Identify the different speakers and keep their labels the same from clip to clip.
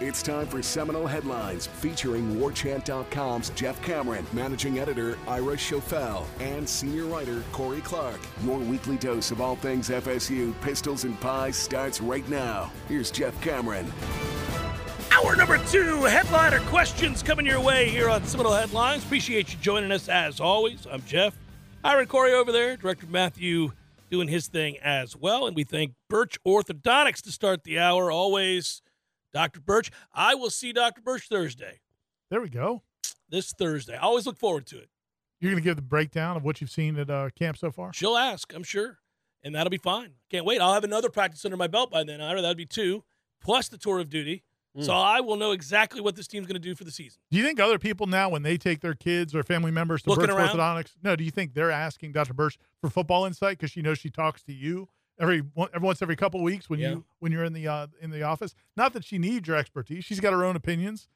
Speaker 1: It's time for Seminole Headlines featuring WarChant.com's Jeff Cameron, managing editor Ira Schofel, and senior writer Corey Clark. Your weekly dose of all things FSU, pistols, and pies starts right now. Here's Jeff Cameron.
Speaker 2: Hour number two, headliner questions coming your way here on Seminole Headlines. Appreciate you joining us as always. I'm Jeff. Ira Corey over there, Director Matthew doing his thing as well. And we thank Birch Orthodontics to start the hour. Always, Dr. Birch. I will see Dr. Birch Thursday,
Speaker 3: There we go.
Speaker 2: this Thursday. I always look forward to it.
Speaker 3: You're going to give the breakdown of what you've seen at uh, camp so far.
Speaker 2: She'll ask, I'm sure. And that'll be fine. Can't wait. I'll have another practice under my belt by then, Ira. That'll be two, plus the tour of duty. So I will know exactly what this team's going to do for the season.
Speaker 3: Do you think other people now, when they take their kids or family members to
Speaker 2: Looking
Speaker 3: Birch
Speaker 2: around?
Speaker 3: Orthodontics, no, do you think they're asking Dr. Birch for football insight because she knows she talks to you every one- every once every couple of weeks when
Speaker 2: Yeah.
Speaker 3: you when you're in the uh, in the office? Not that she needs your expertise; she's got her own opinions.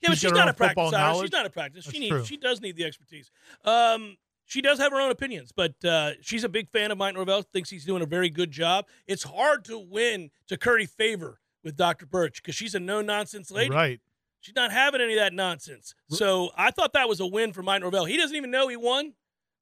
Speaker 2: Yeah, but she's
Speaker 3: She's got her
Speaker 2: not
Speaker 3: own
Speaker 2: a practice.
Speaker 3: football
Speaker 2: Hour. She's
Speaker 3: knowledge.
Speaker 2: not a practice.
Speaker 3: That's
Speaker 2: she needs.
Speaker 3: true.
Speaker 2: She does need the expertise. Um, she does have her own opinions, but uh, she's a big fan of Mike Norvell. Thinks he's doing a very good job. It's hard to win to curry favor with Dr. Birch because she's a no nonsense lady.
Speaker 3: Right?
Speaker 2: She's not having any of that nonsense. So I thought that was a win for Mike Norvell. He doesn't even know he won,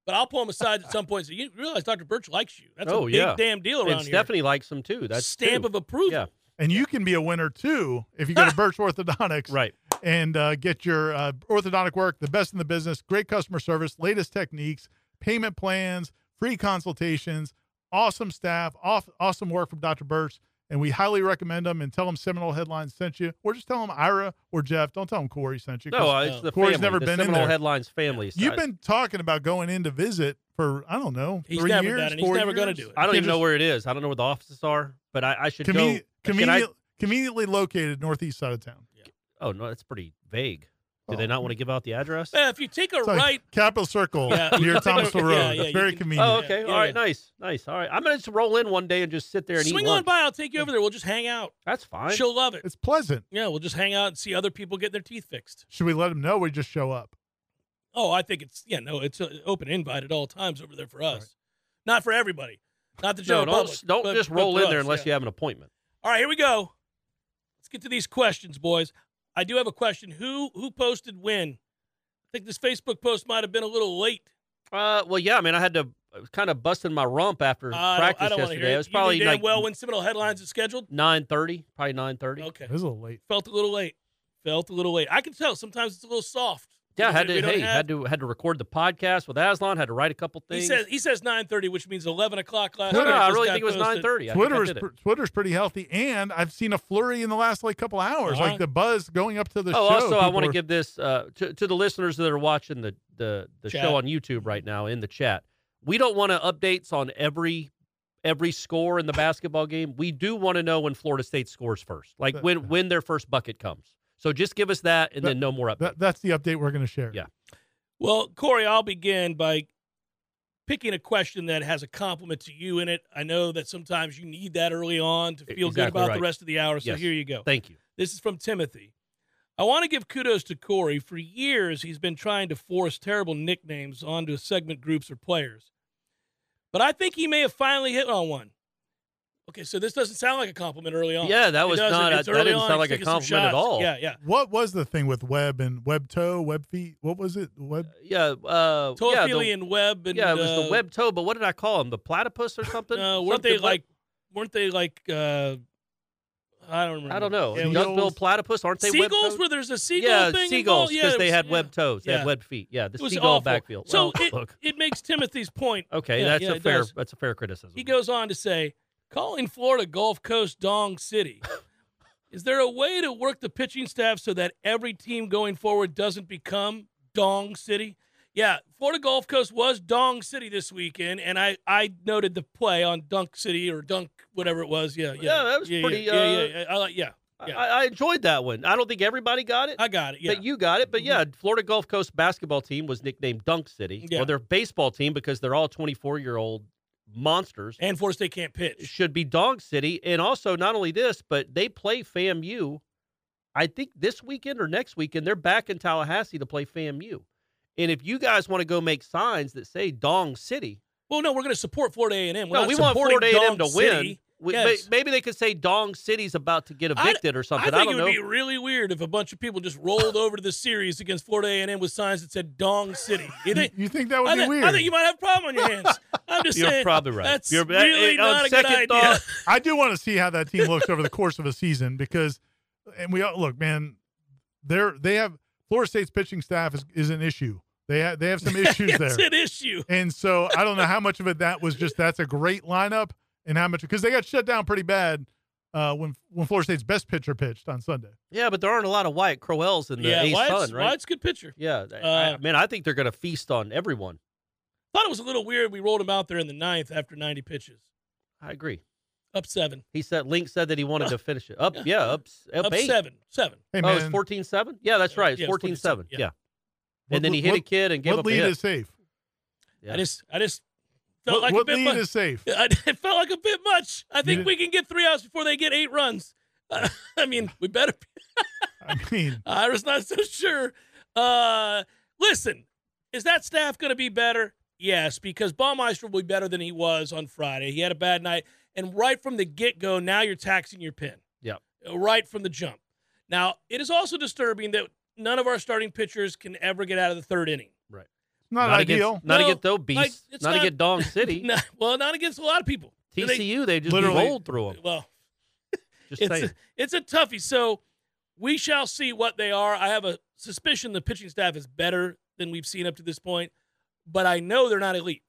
Speaker 2: but I'll pull him aside at some point. and say, you realize Dr. Birch likes you. That's a
Speaker 4: Oh,
Speaker 2: big
Speaker 4: yeah.
Speaker 2: damn deal around
Speaker 4: And Stephanie likes him too.
Speaker 2: here.
Speaker 4: That's
Speaker 2: stamp
Speaker 4: two.
Speaker 2: of approval.
Speaker 4: Yeah. Ah!
Speaker 3: And you can be a winner too if you go to Birch Orthodontics,
Speaker 4: Right.
Speaker 3: and uh, get your uh, orthodontic work the best in the business great customer service latest techniques payment plans free consultations awesome staff off, awesome work from dr birch and we highly recommend them and tell them seminole headlines sent you or just tell them ira or jeff don't tell them corey sent you 'cause
Speaker 4: No, uh, it's the
Speaker 3: Corey's
Speaker 4: family.
Speaker 3: never
Speaker 4: the
Speaker 3: been in
Speaker 4: Seminole
Speaker 3: there.
Speaker 4: Headlines family. So
Speaker 3: you've
Speaker 4: I-
Speaker 3: been talking about going in to visit for i don't know
Speaker 2: He's
Speaker 3: three
Speaker 2: never
Speaker 3: years
Speaker 2: done it. He's
Speaker 3: four
Speaker 2: never gonna
Speaker 3: years.
Speaker 2: do it.
Speaker 4: I don't
Speaker 3: You
Speaker 4: even know
Speaker 3: just
Speaker 4: where it is. I don't know where the offices are, but I, I should
Speaker 3: conveni-
Speaker 4: go. Can I,
Speaker 3: convenient- conveniently located northeast side of town
Speaker 4: oh no, that's pretty vague. Do
Speaker 3: Oh.
Speaker 4: they not want to give out the address?
Speaker 2: Man, if you take a
Speaker 3: It's like
Speaker 2: right,
Speaker 3: Capitol Circle
Speaker 2: Yeah, you
Speaker 3: near
Speaker 2: can take a-
Speaker 3: Thomasville
Speaker 2: yeah,
Speaker 3: Road.
Speaker 2: yeah,
Speaker 3: That's
Speaker 2: you
Speaker 3: very
Speaker 2: can-
Speaker 3: convenient.
Speaker 4: Oh, okay.
Speaker 2: Yeah,
Speaker 4: All right.
Speaker 2: yeah.
Speaker 4: Nice. Nice. All right. I'm gonna just roll in one day and just sit there and
Speaker 2: swing
Speaker 4: eat
Speaker 2: on
Speaker 4: lunch.
Speaker 2: by. I'll take you over there. We'll just hang out.
Speaker 4: That's fine.
Speaker 2: She'll love it.
Speaker 3: It's pleasant.
Speaker 2: Yeah, we'll just hang out and see other people get their teeth fixed.
Speaker 3: Should we let them know we just show up?
Speaker 2: Oh, I think it's yeah, no, it's an open invite at all times over there for us, not for everybody, not the
Speaker 4: no,
Speaker 2: general
Speaker 4: don't
Speaker 2: public.
Speaker 4: don't
Speaker 2: but-
Speaker 4: just
Speaker 2: but
Speaker 4: roll
Speaker 2: for
Speaker 4: in there
Speaker 2: us,
Speaker 4: unless
Speaker 2: yeah.
Speaker 4: you have an appointment.
Speaker 2: All right, here we go. Let's get to these questions, boys. I do have a question. Who who posted when? I think this Facebook post might have been a little late.
Speaker 4: Uh, well, yeah. I mean, I had to kind of busting my rump after
Speaker 2: Uh, I don't-
Speaker 4: practice
Speaker 2: I don't, want to
Speaker 4: yesterday.
Speaker 2: hear it.
Speaker 4: It was
Speaker 2: You knew
Speaker 4: probably
Speaker 2: damn
Speaker 4: like
Speaker 2: well when Seminole headlines is scheduled.
Speaker 4: nine thirty, probably nine thirty.
Speaker 2: Okay,
Speaker 3: It was a little late.
Speaker 2: felt a little late. Felt a little late. I can tell sometimes it's a little soft.
Speaker 4: Yeah, I had
Speaker 2: We
Speaker 4: to.
Speaker 2: don't
Speaker 4: Hey,
Speaker 2: have-
Speaker 4: had to had to record the podcast with Aslan. Had to write a couple
Speaker 2: He uh,
Speaker 4: things.
Speaker 2: says he says nine thirty, which means eleven o'clock last.
Speaker 4: no, no,
Speaker 2: night
Speaker 4: I
Speaker 2: this
Speaker 4: really
Speaker 2: guy
Speaker 4: think it was
Speaker 2: posted.
Speaker 4: nine thirty.
Speaker 3: Twitter
Speaker 4: I
Speaker 3: is
Speaker 4: did it.
Speaker 3: pr- Twitter's pretty healthy, and I've seen a flurry in the last like couple hours,
Speaker 2: Uh-huh.
Speaker 3: like the buzz going up to the show.
Speaker 4: oh, also, I
Speaker 3: people
Speaker 4: want to
Speaker 3: are-
Speaker 4: give this uh, to, to the listeners that are watching the the, the
Speaker 2: Chat.
Speaker 4: show on YouTube right now in the chat. We don't want to updates on every every score in the basketball game. We do want to know when Florida State scores first, like
Speaker 3: That-
Speaker 4: when when their first bucket comes. So just give us that, and
Speaker 3: That-
Speaker 4: then no more updates.
Speaker 3: that, that's the update we're going to share.
Speaker 4: Yeah.
Speaker 2: Well, Corey, I'll begin by picking a question that has a compliment to you in it. I know that sometimes you need that early on to feel good
Speaker 4: E, Exactly
Speaker 2: about the
Speaker 4: right.
Speaker 2: rest of the hour. So
Speaker 4: Yes.
Speaker 2: here you go.
Speaker 4: Thank you.
Speaker 2: This is from Timothy. I want to give kudos to Corey. For years, he's been trying to force terrible nicknames onto segment groups or players. But I think he may have finally hit on one. Okay, so this doesn't sound like a compliment early on.
Speaker 4: Yeah, that
Speaker 2: It
Speaker 4: was
Speaker 2: doesn't.
Speaker 4: not a-
Speaker 2: It's
Speaker 4: that
Speaker 2: early
Speaker 4: didn't
Speaker 2: on.
Speaker 4: sound
Speaker 2: He's
Speaker 4: like a
Speaker 2: taking some
Speaker 4: compliment at
Speaker 2: shots.
Speaker 4: all.
Speaker 2: Yeah, yeah.
Speaker 3: What was the thing with web and web toe, web feet? What was it? Web.
Speaker 4: Yeah, uh, yeah, the-
Speaker 2: Tophili and Webb and
Speaker 4: yeah, it was
Speaker 2: uh,
Speaker 4: the web toe, but what did I call him? The platypus or something?
Speaker 2: No, weren't
Speaker 4: Something
Speaker 2: they like? Weren't they like? Uh, I don't remember.
Speaker 4: I don't know.
Speaker 2: Yeah,
Speaker 3: Seagulls?
Speaker 4: Duckbill platypus, aren't they
Speaker 2: seagulls?
Speaker 4: web-toed?
Speaker 2: Where there's a seagull
Speaker 4: yeah,
Speaker 2: thing? involved?
Speaker 4: seagulls because
Speaker 2: Yeah, there
Speaker 4: they
Speaker 2: was-
Speaker 4: had
Speaker 2: yeah.
Speaker 4: web toes. They
Speaker 2: Yeah.
Speaker 4: had web feet. Yeah, the
Speaker 2: It was
Speaker 4: seagull
Speaker 2: awful.
Speaker 4: backfield.
Speaker 2: So
Speaker 4: Well,
Speaker 2: it,
Speaker 4: look.
Speaker 2: it makes Timothy's point.
Speaker 4: Okay,
Speaker 2: Yeah,
Speaker 4: that's
Speaker 2: yeah,
Speaker 4: a
Speaker 2: it
Speaker 4: fair.
Speaker 2: does.
Speaker 4: That's a fair criticism.
Speaker 2: He goes on to say, calling Florida Gulf Coast Dong City. Is there a way to work the pitching staff so that every team going forward doesn't become Dong City? Yeah, Florida Gulf Coast was Dong City this weekend, and I, I noted the play on Dunk City or Dunk whatever it was. Yeah, yeah,
Speaker 4: Yeah, that was
Speaker 2: yeah,
Speaker 4: pretty,
Speaker 2: Yeah,
Speaker 4: uh,
Speaker 2: yeah, yeah, yeah. I like- yeah,
Speaker 4: I,
Speaker 2: yeah.
Speaker 4: I enjoyed that one. I don't think everybody got it,
Speaker 2: I got it. Yeah, Mm-hmm.
Speaker 4: but you got it. But yeah, Florida Gulf Coast basketball team was nicknamed Dunk City,
Speaker 2: Yeah.
Speaker 4: or their baseball team because they're all 24 year old monsters.
Speaker 2: and Florida State can't pitch.
Speaker 4: should be Dog City. And also, not only this, but they play FAMU. I think this weekend or next weekend, they're back in Tallahassee to play FAMU. And if you guys want to go make signs that say Dong City,
Speaker 2: Well, no, we're going to support Florida A and M.
Speaker 4: no, we want Florida A&M to win. We- but
Speaker 2: Yes.
Speaker 4: maybe they could say Dong City's about to get
Speaker 2: I-
Speaker 4: evicted or
Speaker 2: I
Speaker 4: something. I,
Speaker 2: think
Speaker 4: don't
Speaker 2: it
Speaker 4: know.
Speaker 2: would be really weird if a bunch of people just rolled over to the series against Florida A&M with signs that said Dong City. You think?
Speaker 3: You think that would
Speaker 2: I,
Speaker 3: be
Speaker 2: thi-
Speaker 3: weird?
Speaker 2: I think you might have a problem on your hands. I'm just
Speaker 4: You're
Speaker 2: saying.
Speaker 4: probably right.
Speaker 2: That's
Speaker 4: You're- that-
Speaker 2: really
Speaker 4: it- on
Speaker 2: not a good
Speaker 4: second
Speaker 2: idea.
Speaker 4: thought-
Speaker 3: I do want to see how that team looks over the course of a season because, and we all look, man, they're they have Florida State's pitching staff is, is an issue. They have they have some issues there,
Speaker 2: it's an issue.
Speaker 3: and so I don't know how much of it that was just that's a great lineup and how much because they got shut down pretty bad uh, when when Florida State's best pitcher pitched on Sunday.
Speaker 4: yeah, but there aren't a lot of Wyatt Crowells in the
Speaker 2: yeah,
Speaker 4: Ace
Speaker 2: Wyatt's,
Speaker 4: Sun, right?
Speaker 2: Wyatt's a good pitcher.
Speaker 4: Yeah, I-
Speaker 2: Uh,
Speaker 4: I, man, I think they're going to feast on everyone.
Speaker 2: Thought it was a little weird. We rolled him out there in the ninth after 90 pitches,
Speaker 4: I agree.
Speaker 2: up seven,
Speaker 4: He said Link said that he wanted to finish it up.
Speaker 2: Yeah.
Speaker 4: Yeah, up, s- up,
Speaker 2: up
Speaker 4: eight.
Speaker 2: seven, seven.
Speaker 3: Hey
Speaker 4: Oh, it's
Speaker 3: man,
Speaker 4: 14 7? Yeah, that's right. It's
Speaker 2: Yeah, it's
Speaker 4: 14 7.
Speaker 2: 14-7,
Speaker 4: Yeah.
Speaker 2: yeah.
Speaker 3: What
Speaker 4: And then he
Speaker 3: le-
Speaker 4: hit a
Speaker 3: what-
Speaker 4: kid and gave
Speaker 3: what
Speaker 4: up a
Speaker 3: lead
Speaker 4: hit.
Speaker 3: is safe?
Speaker 4: Yeah.
Speaker 2: I just, I just felt
Speaker 3: What,
Speaker 2: like
Speaker 3: what
Speaker 2: a bit
Speaker 3: lead
Speaker 2: much.
Speaker 3: is safe?
Speaker 2: I- it felt like a bit much. I think
Speaker 3: did-
Speaker 2: we can get three outs before they get eight runs. Uh, I mean, we better.
Speaker 3: I mean,
Speaker 2: I was not so sure. Uh, listen, is that staff going to be better? Yes, because Baumeister will be better than he was on Friday. He had a bad night, and right from the get go, now you're taxing your pen.
Speaker 4: Yep.
Speaker 2: Right from the jump. Now it is also disturbing that none of our starting pitchers can ever get out of the third inning.
Speaker 3: not,
Speaker 4: against-
Speaker 3: ideal.
Speaker 4: not
Speaker 2: No,
Speaker 4: against those
Speaker 2: like,
Speaker 4: beasts.
Speaker 2: it's
Speaker 4: not,
Speaker 2: not-
Speaker 4: against Dong City.
Speaker 2: No, well, not against a lot of people. Do they-
Speaker 4: TCU, they just
Speaker 3: Literally-
Speaker 4: rolled through them.
Speaker 2: well,
Speaker 4: Just
Speaker 2: it's
Speaker 4: saying.
Speaker 2: a, it's a toughie. So we shall see what they are. I have a suspicion the pitching staff is better than we've seen up to this point, but I know they're not elite.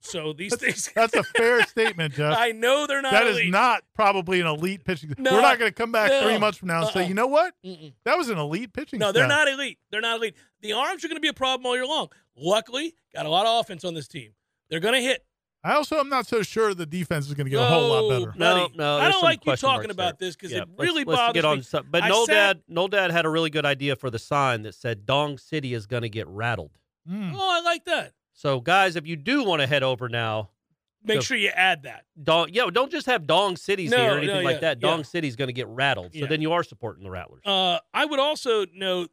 Speaker 2: So these things,
Speaker 3: That's a fair statement, Jeff.
Speaker 2: I know they're not
Speaker 3: That is
Speaker 2: elite.
Speaker 3: not probably an elite pitching.
Speaker 2: No.
Speaker 3: We're not going to come back
Speaker 2: No.
Speaker 3: three months from now and say,
Speaker 2: Uh-uh.
Speaker 3: you know what?
Speaker 2: Mm-mm.
Speaker 3: That was an elite pitching.
Speaker 2: No, they're
Speaker 3: staff."
Speaker 2: not elite. They're not elite. The arms are going to be a problem all year long. Luckily, got a lot of offense on this team. They're going to hit.
Speaker 3: I also am not so sure the defense is going to get a whole lot better.
Speaker 4: No,
Speaker 2: buddy.
Speaker 4: no.
Speaker 2: I
Speaker 4: there's
Speaker 2: don't
Speaker 4: some
Speaker 2: like you
Speaker 4: question
Speaker 2: talking
Speaker 4: marks
Speaker 2: about
Speaker 4: there.
Speaker 2: this 'cause
Speaker 4: Yeah,
Speaker 2: it
Speaker 4: let's-
Speaker 2: really
Speaker 4: let's
Speaker 2: bothers
Speaker 4: get on
Speaker 2: me.
Speaker 4: some- But
Speaker 2: I
Speaker 4: Noel
Speaker 2: sat-
Speaker 4: Dad, Noel Dad had a really good idea for the sign that said Dong City is going to get rattled.
Speaker 3: Mm.
Speaker 2: Oh, I like that.
Speaker 4: So, guys, if you do want to head over now,
Speaker 2: Make
Speaker 4: So-
Speaker 2: sure you add that.
Speaker 4: Dong, yeah, don't just have Dong Cities
Speaker 2: No,
Speaker 4: here or
Speaker 2: no,
Speaker 4: anything like
Speaker 2: yeah,
Speaker 4: that.
Speaker 2: yeah.
Speaker 4: Dong City's going to get rattled. So
Speaker 2: Yeah.
Speaker 4: then you are supporting the Rattlers.
Speaker 2: Uh, I would also note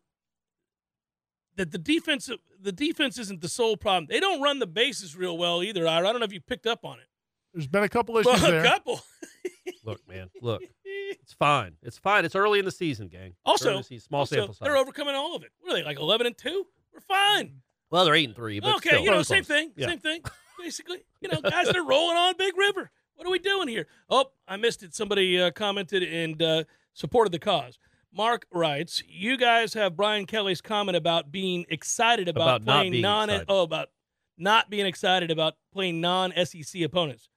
Speaker 2: that the defense the defense isn't the sole problem. They don't run the bases real well either. Ira. I don't know if you picked up on it.
Speaker 3: There's been a couple issues
Speaker 2: Well, a
Speaker 3: there.
Speaker 2: couple.
Speaker 4: Look, man, look. It's fine. It's fine. It's early in the season, gang. It's
Speaker 2: Also-
Speaker 4: early in the season. small
Speaker 2: Also,
Speaker 4: sample size.
Speaker 2: they're overcoming all of it. What are they like eleven and two? We're fine.
Speaker 4: well, they're eight and three. But
Speaker 2: okay,
Speaker 4: still.
Speaker 2: you know,
Speaker 4: Close.
Speaker 2: same thing.
Speaker 4: Yeah.
Speaker 2: Same thing. Basically, you know, guys, they're rolling on Big River. What are we doing here? Oh, I missed it. Somebody uh, commented and uh, supported the cause. Mark writes, "You guys have Brian Kelly's comment about being excited about,
Speaker 4: About not
Speaker 2: playing
Speaker 4: being
Speaker 2: non
Speaker 4: excited.
Speaker 2: oh about not being excited about playing non-SEC opponents.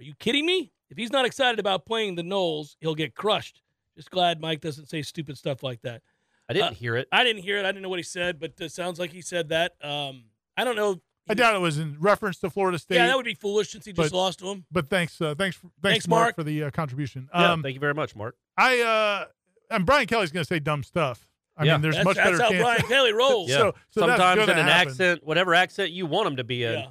Speaker 2: Are you kidding me? If he's not excited about playing the Knolls, he'll get crushed. Just glad Mike doesn't say stupid stuff like that.
Speaker 4: I didn't
Speaker 2: Uh,
Speaker 4: hear it.
Speaker 2: I didn't hear it. I didn't know what he said, but it sounds like he said that. Um, I don't know.
Speaker 3: I doubt it was in reference to Florida State.
Speaker 2: yeah, that would be foolish since he just
Speaker 3: but-
Speaker 2: lost to him.
Speaker 3: but thanks, uh, thanks, thanks,
Speaker 2: Thanks,
Speaker 3: Mark,
Speaker 2: Mark.
Speaker 3: for the uh, contribution.
Speaker 4: Yeah,
Speaker 3: Um,
Speaker 4: thank you very much, Mark.
Speaker 3: I uh, and Brian Kelly's going to say dumb stuff. I
Speaker 4: Yeah.
Speaker 3: mean, there's
Speaker 2: That's,
Speaker 3: much
Speaker 2: that's
Speaker 3: better
Speaker 2: how
Speaker 3: chance.
Speaker 2: Brian Kelly rolls.
Speaker 4: Yeah.
Speaker 3: so that's
Speaker 4: Sometimes in
Speaker 3: gonna
Speaker 4: an
Speaker 3: happen.
Speaker 4: accent, whatever accent you want him to be in,
Speaker 2: Yeah.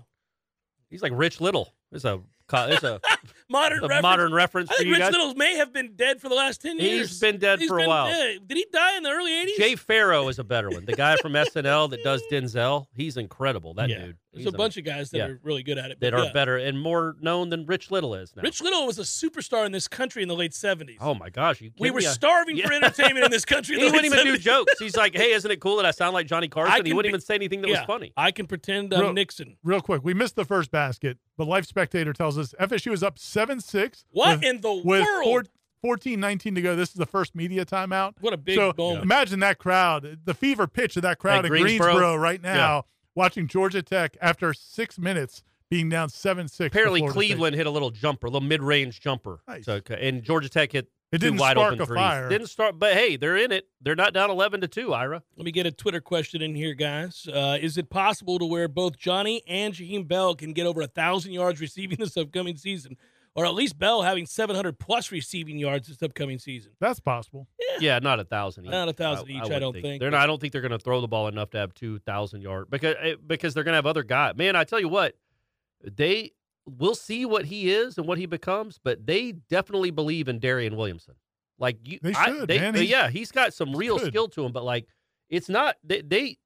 Speaker 4: he's like Rich Little. It's a co- it's a,
Speaker 2: Modern
Speaker 4: a
Speaker 2: reference.
Speaker 4: modern reference
Speaker 2: I
Speaker 4: for
Speaker 2: think
Speaker 4: you
Speaker 2: Rich
Speaker 4: guys.
Speaker 2: Little may have been dead for the last 10
Speaker 4: He's
Speaker 2: years.
Speaker 4: been dead for a while.
Speaker 2: dead. Did he die in the early 80s?
Speaker 4: Jay Farrow is a better one. The guy from SNL that does Denzel, he's incredible. That
Speaker 2: yeah.
Speaker 4: dude.
Speaker 2: There's
Speaker 4: He's
Speaker 2: a bunch of guys that
Speaker 4: yeah.
Speaker 2: are really good at it.
Speaker 4: that
Speaker 2: but
Speaker 4: are
Speaker 2: yeah.
Speaker 4: better and more known than Rich Little is now.
Speaker 2: Rich Little was a superstar in this country in the late 70s.
Speaker 4: Oh my gosh, you
Speaker 2: we
Speaker 4: kidding
Speaker 2: were
Speaker 4: me? I-
Speaker 2: starving for
Speaker 4: Yeah.
Speaker 2: entertainment in this country. in
Speaker 4: He
Speaker 2: the
Speaker 4: wouldn't
Speaker 2: late
Speaker 4: even do
Speaker 2: 70s.
Speaker 4: jokes. He's like, "Hey, isn't it cool that I sound like Johnny Carson?" He
Speaker 2: can
Speaker 4: wouldn't
Speaker 2: be-
Speaker 4: even say anything that
Speaker 2: Yeah.
Speaker 4: was funny.
Speaker 2: I can pretend I'm
Speaker 3: Real-
Speaker 2: Nixon.
Speaker 3: Real quick, we missed the first basket, but Life Spectator tells us FSU is up seven six.
Speaker 2: What in the
Speaker 3: with
Speaker 2: world?
Speaker 3: four- 14, 19 to go. This is the first media timeout.
Speaker 2: What a big
Speaker 3: so
Speaker 2: moment.
Speaker 3: imagine that crowd, the fever pitch of that crowd
Speaker 4: At
Speaker 3: in
Speaker 4: Greensboro.
Speaker 3: Greensboro, right now, watching Georgia Tech after six minutes being down seven six.
Speaker 4: Apparently, Cleveland hit a little jumper, a little mid-range jumper.
Speaker 3: Nice.
Speaker 4: So, and Georgia Tech hit
Speaker 3: It
Speaker 4: two
Speaker 3: didn't
Speaker 4: wide
Speaker 3: spark
Speaker 4: open
Speaker 3: a
Speaker 4: threes.
Speaker 3: fire.
Speaker 4: Didn't start, but hey, they're in it. They're not down eleven to two. Ira,
Speaker 2: Let me get a Twitter question in here, guys. Uh, is it possible to where both Johnny and Jaheim Bell can get over a thousand yards receiving this upcoming season, or at least Bell having 700 plus receiving yards this upcoming season?
Speaker 3: That's possible.
Speaker 4: yeah, not a thousand. Each.
Speaker 2: Not a thousand each, I
Speaker 4: would
Speaker 2: don't think.
Speaker 4: they're not. I don't think they're going to throw the ball enough to have two thousand yard because eh, because they're going to have other guys. Man, I tell you what, they we'll see what he is and what he becomes, but they definitely believe in Darian Williamson. Like you,
Speaker 3: They
Speaker 4: I-
Speaker 3: should, man. He's-
Speaker 4: yeah, he's got some real
Speaker 3: good.
Speaker 4: skill to him, but like it's not they. they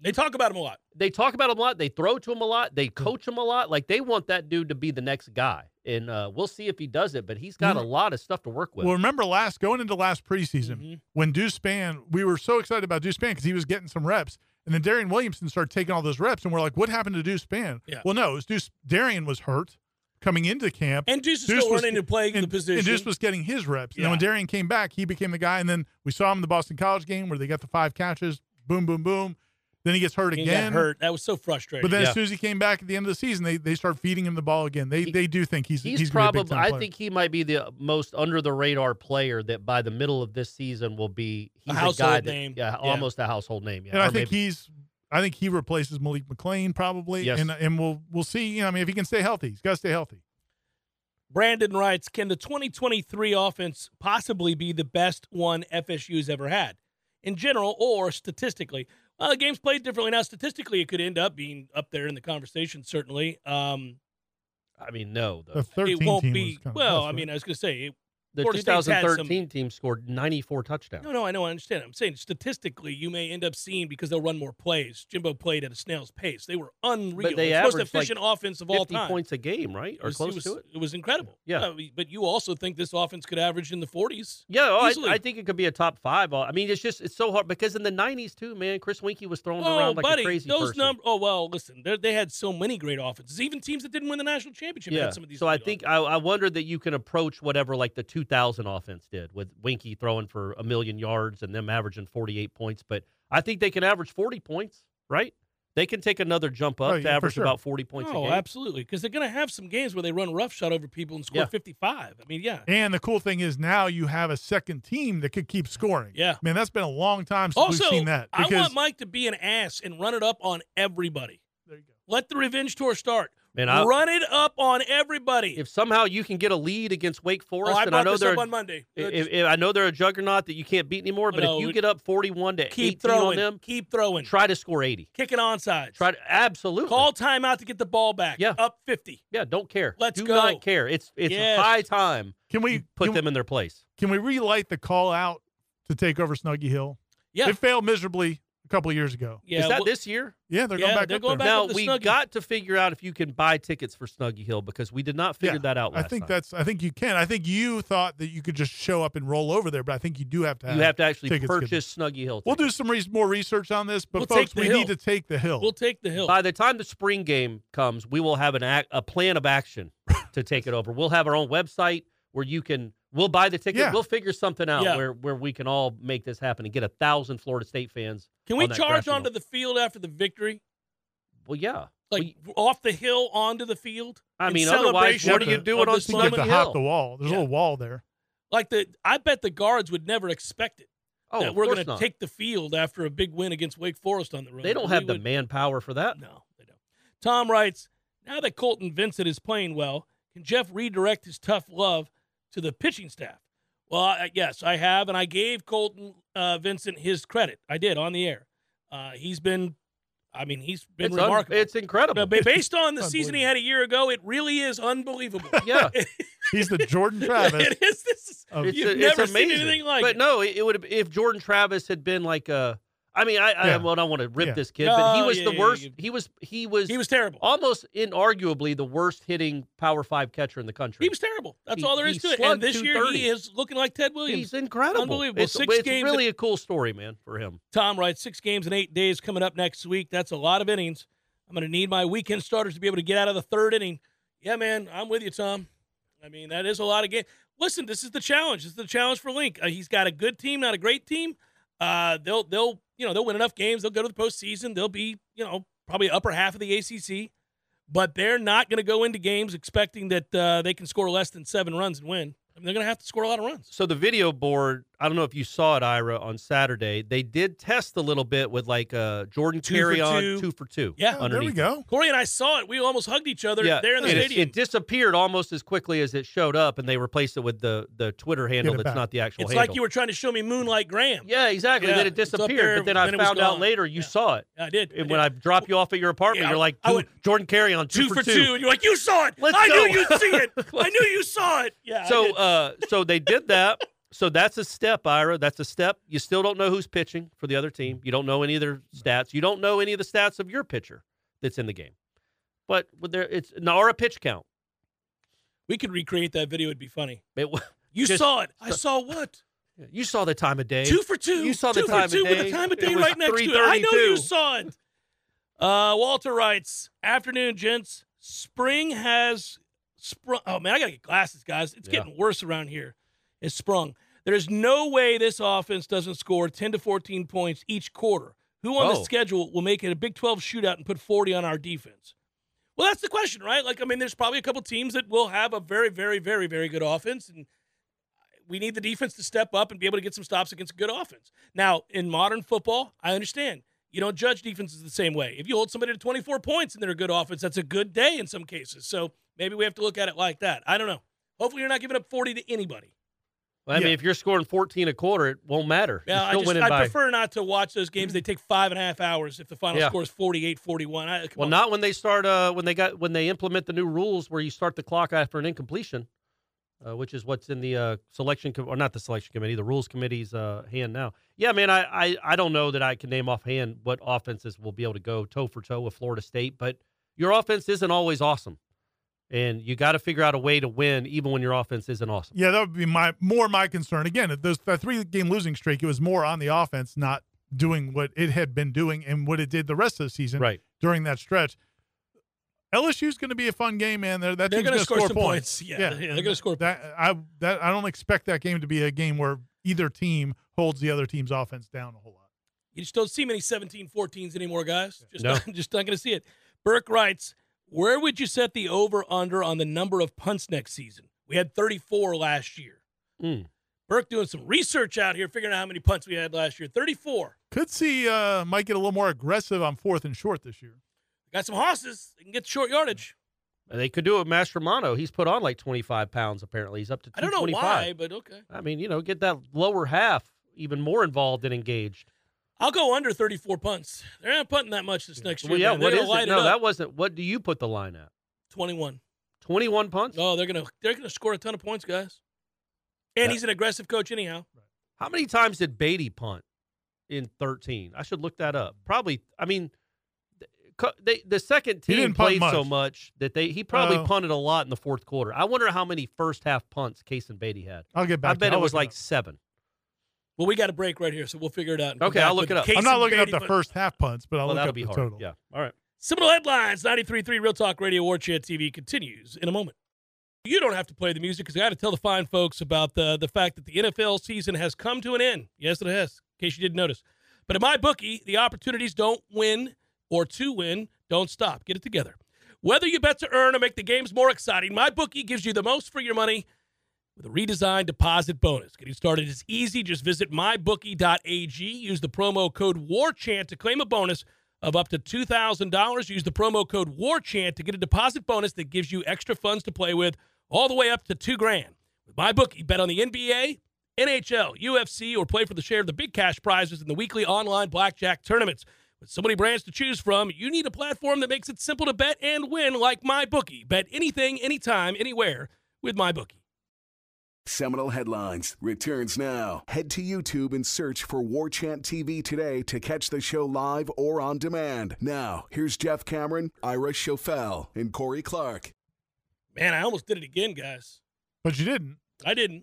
Speaker 2: They talk about him a lot.
Speaker 4: they talk about him a lot. They throw to him a lot. They
Speaker 3: Hmm.
Speaker 4: coach him a lot. Like they want that dude to be the next guy, and uh, we'll see if he does it. But he's got a lot of stuff to work with.
Speaker 3: Well, remember last going into last preseason
Speaker 2: Mhm.
Speaker 3: when Deuce Span, we were so excited about Deuce Span because he was getting some reps, and then Darian Williamson started taking all those reps, and we're like, what happened to Deuce Span?
Speaker 2: Yeah.
Speaker 3: Well, no, it was Deuce. Darian was hurt coming into camp,
Speaker 2: And Deuce is
Speaker 3: Deuce
Speaker 2: still
Speaker 3: was-
Speaker 2: learning to play
Speaker 3: and,
Speaker 2: the position.
Speaker 3: and Deuce was getting his reps. And then when
Speaker 2: Yeah.
Speaker 3: Darian came back, he became the guy. And then we saw him in the Boston College game where they got the five catches, boom, boom, boom. Then he gets hurt
Speaker 2: he
Speaker 3: again.
Speaker 2: got hurt. That was so frustrating.
Speaker 3: But then
Speaker 4: Yeah.
Speaker 3: as soon as he came back at the end of the season, they they start feeding him the ball again. They
Speaker 4: He-
Speaker 3: they do think he's
Speaker 4: he's,
Speaker 3: he's, gonna be a
Speaker 4: probably.
Speaker 3: big-time
Speaker 4: I
Speaker 3: player.
Speaker 4: think he might be the most under the radar player that by the middle of this season will be he's
Speaker 2: household
Speaker 4: guy that-
Speaker 2: name.
Speaker 4: yeah,
Speaker 2: Yeah.
Speaker 4: almost a household name. Yeah,
Speaker 3: and
Speaker 4: or
Speaker 3: I think
Speaker 4: maybe-
Speaker 3: he's I think he replaces Malik McLean probably.
Speaker 4: Yes.
Speaker 3: And and we'll we'll see. You know, I mean, if he can stay healthy, he's got to stay healthy.
Speaker 2: Brandon writes, "Can the 2023 offense possibly be the best one FSU's ever had, in general or statistically? Well, the game's played differently now. Statistically, it could end up being up there in the conversation. Certainly, um,
Speaker 4: I mean, no,
Speaker 3: The
Speaker 4: the,
Speaker 3: thirteen
Speaker 2: it won't
Speaker 3: team
Speaker 2: be.
Speaker 3: was kind of
Speaker 2: well,
Speaker 3: that's
Speaker 2: I
Speaker 3: what-
Speaker 2: mean, I was going to say, it,
Speaker 4: the
Speaker 2: Florida State's had some-
Speaker 4: 2013 team scored 94 touchdowns.
Speaker 2: no, no, I know, I understand. I'm saying statistically, you may end up seeing because they'll run more plays. Jimbo played at a snail's pace. They were unreal.
Speaker 4: they
Speaker 2: It's the most
Speaker 4: averaged, like,
Speaker 2: efficient offense of all
Speaker 4: 50
Speaker 2: time.
Speaker 4: points a game, right? Or
Speaker 2: was-
Speaker 4: close
Speaker 2: was,
Speaker 4: to it.
Speaker 2: was incredible.
Speaker 4: Yeah.
Speaker 2: I mean, but you also think this offense could average in the 40s.
Speaker 4: Yeah, oh,
Speaker 2: Easily.
Speaker 4: I, I think it could be a top five. I mean, it's just it's so hard because in the '90s too, man, Chris Winkie was thrown around like
Speaker 2: Oh, buddy,
Speaker 4: a crazy
Speaker 2: those
Speaker 4: person.
Speaker 2: number. Oh well, listen, they're- they had so many great offenses. Even teams that didn't win the national championship
Speaker 4: yeah.
Speaker 2: had some of these.
Speaker 4: so I
Speaker 2: great
Speaker 4: think I, I wonder that you can approach whatever like the 2000 offense did with Winkie throwing for a million yards and them averaging 48 points. But I think they can average 40 points, right? They can take another jump
Speaker 3: Oh,
Speaker 4: up to
Speaker 3: yeah, for
Speaker 4: average
Speaker 3: sure.
Speaker 4: about 40
Speaker 2: offenses.
Speaker 4: points a
Speaker 2: Oh,
Speaker 4: game.
Speaker 2: absolutely, because they're going to have some games where they run roughshod over people and score
Speaker 4: Yeah.
Speaker 2: 55. I mean, yeah,
Speaker 3: And the cool thing is now you have a second team that could keep scoring.
Speaker 2: Yeah.
Speaker 3: Man, that's been a long time since
Speaker 2: Also,
Speaker 3: we've seen that.
Speaker 2: I
Speaker 3: Because
Speaker 2: want Mike to be an ass and run it up on everybody.
Speaker 3: there you go.
Speaker 2: Let the revenge tour start.
Speaker 4: Man, I-
Speaker 2: run it up on everybody.
Speaker 4: If somehow you can get a lead against Wake Forest,
Speaker 2: oh, I
Speaker 4: and I
Speaker 2: brought
Speaker 4: know
Speaker 2: this
Speaker 4: they're
Speaker 2: up on Monday.
Speaker 4: i- i- i- I know they're a juggernaut that you can't beat anymore, but
Speaker 2: No,
Speaker 4: if you
Speaker 2: we-
Speaker 4: get up 41 to 18
Speaker 2: keep throwing.
Speaker 4: on them,
Speaker 2: keep throwing.
Speaker 4: try to score 80.
Speaker 2: Kicking onsides.
Speaker 4: Try to absolutely
Speaker 2: Call timeout to get the ball back.
Speaker 4: Yeah.
Speaker 2: Up 50.
Speaker 4: Yeah, don't care.
Speaker 2: Let's
Speaker 4: Do
Speaker 2: go.
Speaker 4: not care. It's it's
Speaker 2: Yes.
Speaker 4: high time
Speaker 3: Can we
Speaker 4: you put
Speaker 3: can,
Speaker 4: them in their place.
Speaker 3: Can we relight the call out to take over Snuggy Hill?
Speaker 2: Yeah.
Speaker 3: It failed miserably a couple of years ago.
Speaker 2: yeah.
Speaker 4: Is that
Speaker 2: well-
Speaker 4: this year?
Speaker 3: Yeah, they're
Speaker 2: Yeah,
Speaker 3: going back
Speaker 2: they're
Speaker 3: up
Speaker 2: going
Speaker 3: there.
Speaker 2: back
Speaker 4: now
Speaker 2: with the
Speaker 4: we
Speaker 2: Snuggie.
Speaker 4: got to figure out if you can buy tickets for Snuggy Hill because we did not figure
Speaker 3: Yeah,
Speaker 4: that out. Last
Speaker 3: I think
Speaker 4: time.
Speaker 3: that's I think you can. I think you thought that you could just show up and roll over there, but I think you do have to have
Speaker 4: you have to actually
Speaker 3: tickets, 'cause
Speaker 4: purchase Snuggy Hill.
Speaker 3: We'll
Speaker 4: tickets.
Speaker 3: do some re- more research on this, but
Speaker 2: We'll take
Speaker 3: folks,
Speaker 2: the
Speaker 3: we
Speaker 2: hill.
Speaker 3: need to take the hill.
Speaker 2: We'll take the hill.
Speaker 4: By the time the spring game comes, we will have an ac- a plan of action to take it over. We'll have our own website where you can. We'll buy the ticket.
Speaker 3: Yeah.
Speaker 4: We'll figure something out
Speaker 2: Yeah.
Speaker 4: where where we can all make this happen and get a thousand Florida State fans.
Speaker 2: Can we
Speaker 4: on that
Speaker 2: charge
Speaker 4: graphic.
Speaker 2: onto the field after the victory?
Speaker 4: Well, yeah.
Speaker 2: Like off the hill onto the field?
Speaker 4: I
Speaker 2: In
Speaker 4: mean, otherwise,
Speaker 2: celebration
Speaker 4: what are
Speaker 3: of
Speaker 4: you
Speaker 3: the-
Speaker 4: doing
Speaker 2: of
Speaker 4: on
Speaker 2: this
Speaker 3: you have
Speaker 4: Snuggy
Speaker 3: to
Speaker 2: moment?
Speaker 3: hop the
Speaker 4: Hill?
Speaker 3: wall. There's
Speaker 2: Yeah.
Speaker 3: a little wall there.
Speaker 2: Like the I bet the guards would never expect it.
Speaker 4: Oh,
Speaker 2: that
Speaker 4: of
Speaker 2: we're
Speaker 4: course
Speaker 2: gonna
Speaker 4: not.
Speaker 2: take the field after a big win against Wake Forest on the road.
Speaker 4: They don't
Speaker 2: We
Speaker 4: have the
Speaker 2: would-
Speaker 4: manpower for that.
Speaker 2: No, they don't. Tom writes, now that Colton Vincent is playing well, can Jeff redirect his tough love to the pitching staff? Well, I, yes, I have, and I gave Colton uh, Vincent his credit. I did on the air. Uh, he's been, I mean, he's been
Speaker 4: It's un-
Speaker 2: remarkable.
Speaker 4: it's incredible.
Speaker 2: But ba- based on the
Speaker 3: Unbelievable.
Speaker 2: season he had a year ago, it really is unbelievable.
Speaker 4: yeah.
Speaker 3: He's the Jordan Travis.
Speaker 2: it is. This is
Speaker 3: of-
Speaker 4: It's,
Speaker 2: You've
Speaker 4: it's
Speaker 2: never seen
Speaker 4: amazing.
Speaker 2: anything like
Speaker 4: but
Speaker 2: it.
Speaker 4: no, it, it would have, if Jordan Travis had been like a. I mean, I, I
Speaker 3: Yeah.
Speaker 4: well, I don't want to rip
Speaker 3: Yeah.
Speaker 4: this kid, but he
Speaker 2: No,
Speaker 4: was
Speaker 2: yeah,
Speaker 4: the
Speaker 2: yeah,
Speaker 4: worst.
Speaker 2: yeah.
Speaker 4: He was he was
Speaker 2: he was terrible.
Speaker 4: almost inarguably the worst hitting power five catcher in the country.
Speaker 2: He was terrible. That's
Speaker 4: He-
Speaker 2: all there
Speaker 4: he
Speaker 2: is to it.
Speaker 4: slugged
Speaker 2: And this year,
Speaker 4: 230.
Speaker 2: he is looking like Ted Williams.
Speaker 4: He's incredible,
Speaker 2: Unbelievable.
Speaker 4: It's,
Speaker 2: Six
Speaker 4: it's
Speaker 2: games
Speaker 4: really a cool story, man, for him.
Speaker 2: Tom writes six games in eight days coming up next week. That's a lot of innings. I'm going to need my weekend starters to be able to get out of the third inning. Yeah, man, I'm with you, Tom. I mean, that is a lot of games. listen, this is the challenge. This is the challenge for Link. Uh, he's got a good team, not a great team. Uh, they'll they'll you know they'll win enough games. They'll go to the postseason. They'll be you know probably upper half of the ACC, but they're not going to go into games expecting that uh, they can score less than seven runs and win. I mean, they're going to have to score a lot of runs.
Speaker 4: So the video board, I don't know if you saw it, Ira, on Saturday. They did test a little bit with like uh, Jordan
Speaker 2: Two for
Speaker 4: Carry on
Speaker 2: two.
Speaker 4: two for two.
Speaker 2: Yeah.
Speaker 3: Oh, there we
Speaker 4: underneath.
Speaker 3: go.
Speaker 2: Corey and I saw it. We almost hugged each other
Speaker 4: Yeah,
Speaker 2: there in the
Speaker 4: and it,
Speaker 2: stadium.
Speaker 4: it disappeared almost as quickly as it showed up, and they replaced it with the the Twitter handle
Speaker 3: it
Speaker 4: that's
Speaker 3: back.
Speaker 4: not the actual.
Speaker 2: it's
Speaker 4: handle.
Speaker 2: like you were trying to show me Moonlight Graham.
Speaker 4: Yeah, exactly.
Speaker 2: Yeah,
Speaker 4: then it
Speaker 2: it's up
Speaker 4: disappeared,
Speaker 2: there,
Speaker 4: but then I
Speaker 2: then it was
Speaker 4: found out
Speaker 2: gone.
Speaker 4: later you
Speaker 2: Yeah.
Speaker 4: saw it.
Speaker 2: I did.
Speaker 4: And when I drop you off at your apartment,
Speaker 2: Yeah,
Speaker 4: you're like,
Speaker 2: I
Speaker 4: "Dude,
Speaker 2: went-
Speaker 4: Jordan Carry on two,
Speaker 2: two for two, and you're like, you saw it.
Speaker 4: Let's
Speaker 2: I
Speaker 4: go."
Speaker 2: knew you'd see it. I knew you saw it. Yeah. I
Speaker 4: So,
Speaker 2: did.
Speaker 4: uh, so they did that. So that's a step, Ira. That's a step. You still don't know who's pitching for the other team. You don't know any of their stats. You don't know any of the stats of your pitcher that's in the game. But with their, it's Nara pitch count.
Speaker 2: we could recreate that video. It'd be funny.
Speaker 4: It, wa-
Speaker 2: You
Speaker 4: Just-
Speaker 2: saw it. I saw what?
Speaker 4: you saw the time of day.
Speaker 2: Two for two.
Speaker 4: You saw the
Speaker 2: two
Speaker 4: time of
Speaker 2: for two with
Speaker 4: day.
Speaker 2: the time of
Speaker 4: It
Speaker 2: day
Speaker 4: was
Speaker 2: right next to it. I know you
Speaker 4: 3:32.
Speaker 2: saw it. Uh, Walter writes, afternoon, gents. Spring has sprung. Oh man, I gotta get glasses, guys. It's
Speaker 4: Yeah.
Speaker 2: getting worse around here. It's sprung. There's no way this offense doesn't score 10 to 14 points each quarter. Who on
Speaker 4: Oh.
Speaker 2: the schedule will make it a Big 12 shootout and put 40 on our defense? Well, that's the question, right? Like, I mean, there's probably a couple teams that will have a very, very, very, very good offense, and we need the defense to step up and be able to get some stops against a good offense. Now, in modern football, I understand you don't judge defenses the same way. If you hold somebody to 24 points and they're a good offense, that's a good day in some cases. So maybe we have to look at it like that. I don't know. Hopefully, you're not giving up 40 to anybody.
Speaker 4: Well, I mean,
Speaker 3: Yeah.
Speaker 4: if you're scoring 14 a quarter, it won't matter.
Speaker 2: Yeah,
Speaker 4: you're
Speaker 2: I,
Speaker 4: still
Speaker 2: just,
Speaker 4: winning
Speaker 2: I
Speaker 4: by.
Speaker 2: prefer not to watch those games. They take five and a half hours if the final
Speaker 4: Yeah.
Speaker 2: score is 48 41. I, come
Speaker 4: well,
Speaker 2: on.
Speaker 4: not when they start. Uh, when they got when they implement the new rules where you start the clock after an incompletion, uh, which is what's in the uh, selection com- or not the selection committee, the rules committee's uh, hand now. Yeah, man, I, I I don't know that I can name offhand what offenses will be able to go toe for toe with Florida State, but your offense isn't always awesome, and you got to figure out a way to win even when your offense isn't awesome.
Speaker 3: Yeah, that would be my more my concern. Again, if those that three game losing streak, it was more on the offense not doing what it had been doing and what it did the rest of the season
Speaker 4: Right.
Speaker 3: during that stretch. LSU's going to be a fun game, man. They're, that
Speaker 2: They're
Speaker 3: team's
Speaker 2: going to
Speaker 3: gonna
Speaker 2: score, some
Speaker 3: points.
Speaker 2: points. Yeah, yeah, they're going to score
Speaker 3: That I that I don't expect that game to be a game where either team holds the other team's offense down a whole lot.
Speaker 2: You just don't see many 17 14s anymore, guys. Just,
Speaker 4: No.
Speaker 2: just not going to see it. Burke writes, Where would you set the over under on the number of punts next season? We had 34 last year.
Speaker 4: Mm.
Speaker 2: Burke doing some research out here, figuring out how many punts we had last year. 34.
Speaker 3: Could see uh, might get a little more aggressive on fourth and short this year.
Speaker 2: Got some hosses. They can get short yardage.
Speaker 4: And They could do it with Master Mono. He's put on like 25 pounds apparently. He's up to
Speaker 2: I don't know
Speaker 4: 225.
Speaker 2: why, but okay.
Speaker 4: I mean, you know, get that lower half even more involved and engaged.
Speaker 2: I'll go under 34 punts. They're not punting that much this next year.
Speaker 4: Well, yeah,
Speaker 2: man. They're
Speaker 4: what
Speaker 2: gonna
Speaker 4: is
Speaker 2: light
Speaker 4: it? No,
Speaker 2: up.
Speaker 4: that wasn't. What do you put the line at?
Speaker 2: 21.
Speaker 4: 21 punts?
Speaker 2: Oh, they're gonna they're gonna score a ton of points, guys. And
Speaker 4: Yeah.
Speaker 2: he's an aggressive coach, anyhow.
Speaker 4: How many times did Beatty punt in 13? I should look that up. Probably, I mean, th- co- they, the second
Speaker 3: He
Speaker 4: team
Speaker 3: didn't punt
Speaker 4: played so
Speaker 3: much.
Speaker 4: much that they he probably
Speaker 3: Oh.
Speaker 4: punted a lot in the fourth quarter. I wonder how many first half punts Case and Beatty had.
Speaker 3: I'll get back.
Speaker 4: I
Speaker 3: to
Speaker 4: bet
Speaker 3: you.
Speaker 4: it
Speaker 3: I'll
Speaker 4: was
Speaker 3: look
Speaker 4: like
Speaker 3: up.
Speaker 4: seven.
Speaker 2: Well, we got a break right here, so we'll figure it out. and come
Speaker 4: Okay,
Speaker 2: back
Speaker 4: I'll look
Speaker 2: with
Speaker 4: it up.
Speaker 2: Case
Speaker 3: I'm not
Speaker 2: and
Speaker 3: looking
Speaker 2: Beatty,
Speaker 3: up the
Speaker 2: but-
Speaker 3: first half punts, but I'll
Speaker 4: well,
Speaker 3: look
Speaker 4: that'll
Speaker 3: up
Speaker 4: be
Speaker 3: the
Speaker 4: hard.
Speaker 3: total.
Speaker 4: Yeah. All right.
Speaker 2: Seminole Headlines 93.3 Real Talk Radio War Chant TV continues in a moment. You don't have to play the music because I got to tell the fine folks about the, the fact that the NFL season has come to an end. Yes, it has, in case you didn't notice. But at my bookie, the opportunities don't win or to win don't stop. Get it together. Whether you bet to earn or make the games more exciting, my bookie gives you the most for your money with a redesigned deposit bonus. Getting started is easy. Just visit mybookie.ag. Use the promo code WARCHANT to claim a bonus of up to $2,000. Use the promo code WARCHANT to get a deposit bonus that gives you extra funds to play with all the way up to two grand. With MyBookie, bet on the NBA, NHL, UFC, or play for the share of the big cash prizes in the weekly online blackjack tournaments. With so many brands to choose from, you need a platform that makes it simple to bet and win like MyBookie. Bet anything, anytime, anywhere with MyBookie.
Speaker 1: Seminal Headlines returns now. Head to YouTube and search for War Chant TV today to catch the show live or on demand. Now, here's Jeff Cameron, Ira Schofel, and Corey Clark.
Speaker 2: Man, I almost did it again, guys.
Speaker 3: But you didn't.
Speaker 2: I didn't.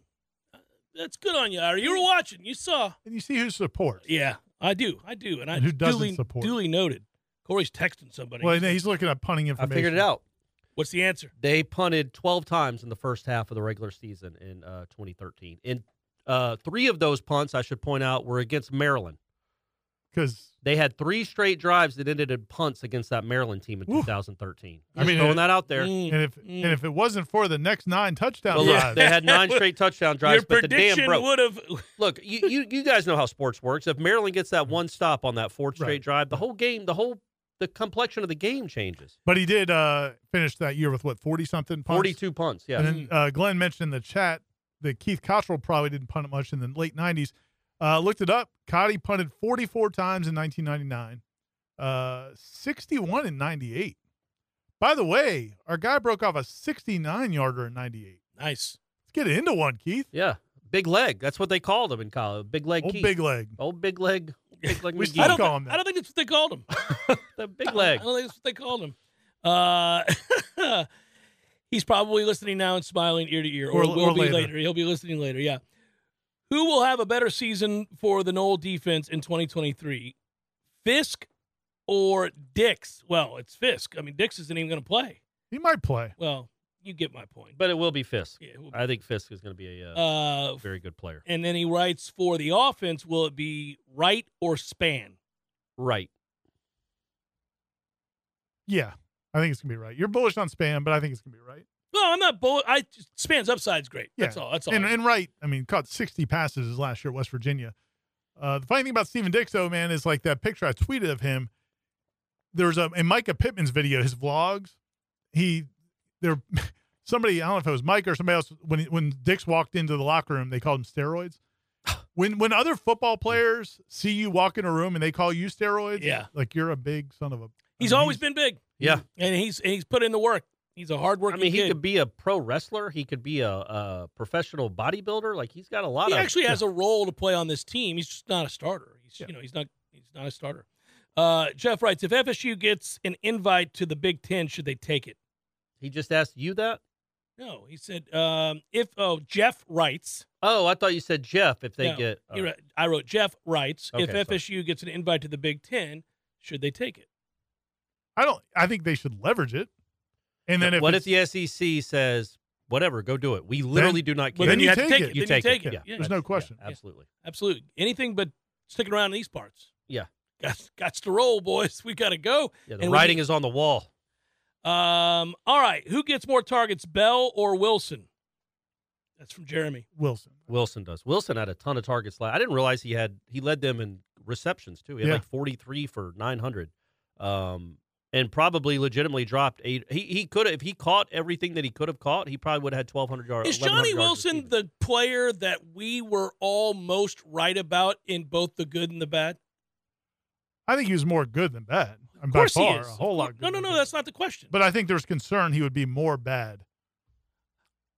Speaker 2: Uh, That's good on you, Ira. You
Speaker 3: Mm.
Speaker 2: were watching. You saw.
Speaker 3: And you see who supports.
Speaker 2: Yeah, I do. I do. And I
Speaker 3: And who doesn't
Speaker 2: duly,
Speaker 3: support?
Speaker 2: duly noted. Corey's texting somebody.
Speaker 3: Well, he's looking up punting
Speaker 4: I
Speaker 3: information.
Speaker 4: figured it out.
Speaker 2: What's the answer?
Speaker 4: They punted 12 times in the first half of the regular season in uh, 2013. And uh, three of those punts, I should point out, were against Maryland.
Speaker 3: Because
Speaker 4: They had three straight drives that ended in punts against that Maryland team in
Speaker 3: Woo.
Speaker 4: 2013.
Speaker 3: I
Speaker 4: I
Speaker 3: mean,
Speaker 4: mean, throwing
Speaker 3: it-
Speaker 4: that out there.
Speaker 2: Mm,
Speaker 3: and if
Speaker 2: mm.
Speaker 3: and if it wasn't for the next nine touchdown
Speaker 4: But
Speaker 3: drives,
Speaker 4: look, they had nine straight touchdown drives,
Speaker 2: your
Speaker 4: but the dam
Speaker 2: prediction
Speaker 4: broke.
Speaker 2: would have.
Speaker 4: Look, you, you you guys know how sports works. If Maryland gets that one stop on that fourth straight
Speaker 3: Right.
Speaker 4: drive, the whole game, the whole the complexion of the game changes.
Speaker 3: but he did uh, finish that year with what forty something punts.
Speaker 4: 42 punts, yeah.
Speaker 3: And then uh, Glenn mentioned in the chat that Keith Cottrell probably didn't punt it much in the late 90s. Uh, looked it up. Cotty punted 44 times in 1999, uh, 61 in 98. By the way, our guy broke off a 69 yarder in 98. Let's
Speaker 2: Nice.
Speaker 3: get into one, Keith.
Speaker 4: Yeah. Big leg. That's what they called him in college. Big leg
Speaker 3: Old
Speaker 4: Keith.
Speaker 3: big leg.
Speaker 4: Old big leg. Big leg
Speaker 3: We
Speaker 4: McGee.
Speaker 3: still
Speaker 2: I don't,
Speaker 3: call him that.
Speaker 2: I don't think that's what they called him.
Speaker 4: the big leg.
Speaker 2: I don't think that's what they called him. Uh, he's probably listening now and smiling ear to ear, or,
Speaker 3: Or-
Speaker 2: will
Speaker 3: or
Speaker 2: be later.
Speaker 3: later.
Speaker 2: He'll be listening later. Yeah. Who will have a better season for the Knoll defense in 2023, Fisk or Dix? Well, it's Fisk. I mean, Dix isn't even going to play.
Speaker 3: He might play.
Speaker 2: Well, you get my point.
Speaker 4: But it will be Fisk.
Speaker 2: yeah, we'll-
Speaker 4: I think Fisk is going to be a uh,
Speaker 2: uh,
Speaker 4: very good player.
Speaker 2: and then he writes for the offense. Will it be right or span?
Speaker 4: Right.
Speaker 3: Yeah, I think it's going to be right. You're bullish on Span, but I think it's going to be right.
Speaker 2: Well, I'm not bull. I spans upside's great.
Speaker 3: Yeah.
Speaker 2: That's all. That's all.
Speaker 3: And, and right, I mean, caught 60 passes his last year at West Virginia. Uh, the funny thing about Stephen Dix, though, man, is like that picture I tweeted of him. There's a in Micah Pittman's video, his vlogs. He there, somebody I don't know if it was Mike or somebody else when when Dix walked into the locker room, they called him steroids. When when other football players see you walk in a room and they call you steroids,
Speaker 2: Yeah.
Speaker 3: like you're a big son of a.
Speaker 2: he's always been big.
Speaker 4: Yeah.
Speaker 2: and he's and he's put in the work. He's a hard
Speaker 4: I
Speaker 2: working.
Speaker 4: mean, he
Speaker 2: kid.
Speaker 4: could be a pro wrestler. He could be a, a professional bodybuilder. Like he's got a lot
Speaker 2: he
Speaker 4: of.
Speaker 2: actually has a role to play on this team. He's just not a starter. He's
Speaker 3: Yeah.
Speaker 2: you know he's not he's not a starter. Uh, Jeff writes: If FSU gets an invite to the Big Ten, should they take it?
Speaker 4: He just asked you that.
Speaker 2: No, he said. Um, if oh, Jeff writes.
Speaker 4: Oh, I thought you said Jeff. If they
Speaker 2: No,
Speaker 4: get, uh,
Speaker 2: he wrote- I wrote Jeff writes. if
Speaker 4: Oh. Okay, sorry.
Speaker 2: FSU gets an invite to the Big Ten, should they take it?
Speaker 3: I don't. I think they should leverage it. And then if
Speaker 4: what
Speaker 3: it's-
Speaker 4: if the SEC says whatever, go do it? We literally do not care.
Speaker 2: Well,
Speaker 3: then
Speaker 2: then,
Speaker 3: you
Speaker 2: have
Speaker 3: take
Speaker 2: to take
Speaker 3: it.
Speaker 2: it.
Speaker 4: You
Speaker 2: then
Speaker 4: take
Speaker 2: you
Speaker 4: it.
Speaker 2: take it.
Speaker 4: Yeah.
Speaker 2: Yeah.
Speaker 3: There's no question.
Speaker 4: Yeah, absolutely.
Speaker 2: Absolutely. Anything but sticking around in these parts.
Speaker 4: Yeah.
Speaker 2: Got, got to roll, boys. We got to go.
Speaker 4: Yeah, the
Speaker 2: And we
Speaker 4: writing
Speaker 2: need-
Speaker 4: is on the wall.
Speaker 2: Um, all right. Who gets more targets, Bell or Wilson? That's from Jeremy.
Speaker 3: Wilson,
Speaker 4: Wilson does. Wilson had a ton of targets. Last. I didn't realize he had. He led them in receptions too. He had
Speaker 3: Yeah.
Speaker 4: like forty three for nine hundred, um, and probably legitimately dropped eight. He he could have if he caught everything that he could have caught. He probably would have had twelve hundred yards.
Speaker 2: Is Johnny Wilson
Speaker 4: the
Speaker 2: the player that we were all most right about in both the good and the bad?
Speaker 3: I think he was more good than bad.
Speaker 2: Of
Speaker 3: And by
Speaker 2: course
Speaker 3: far,
Speaker 2: he is.
Speaker 3: a
Speaker 2: Of
Speaker 3: whole
Speaker 2: cour-
Speaker 3: lot.
Speaker 2: No,
Speaker 3: good
Speaker 2: no,
Speaker 3: than
Speaker 2: no.
Speaker 3: bad.
Speaker 2: That's not the question.
Speaker 3: But I think there's concern he would be more bad.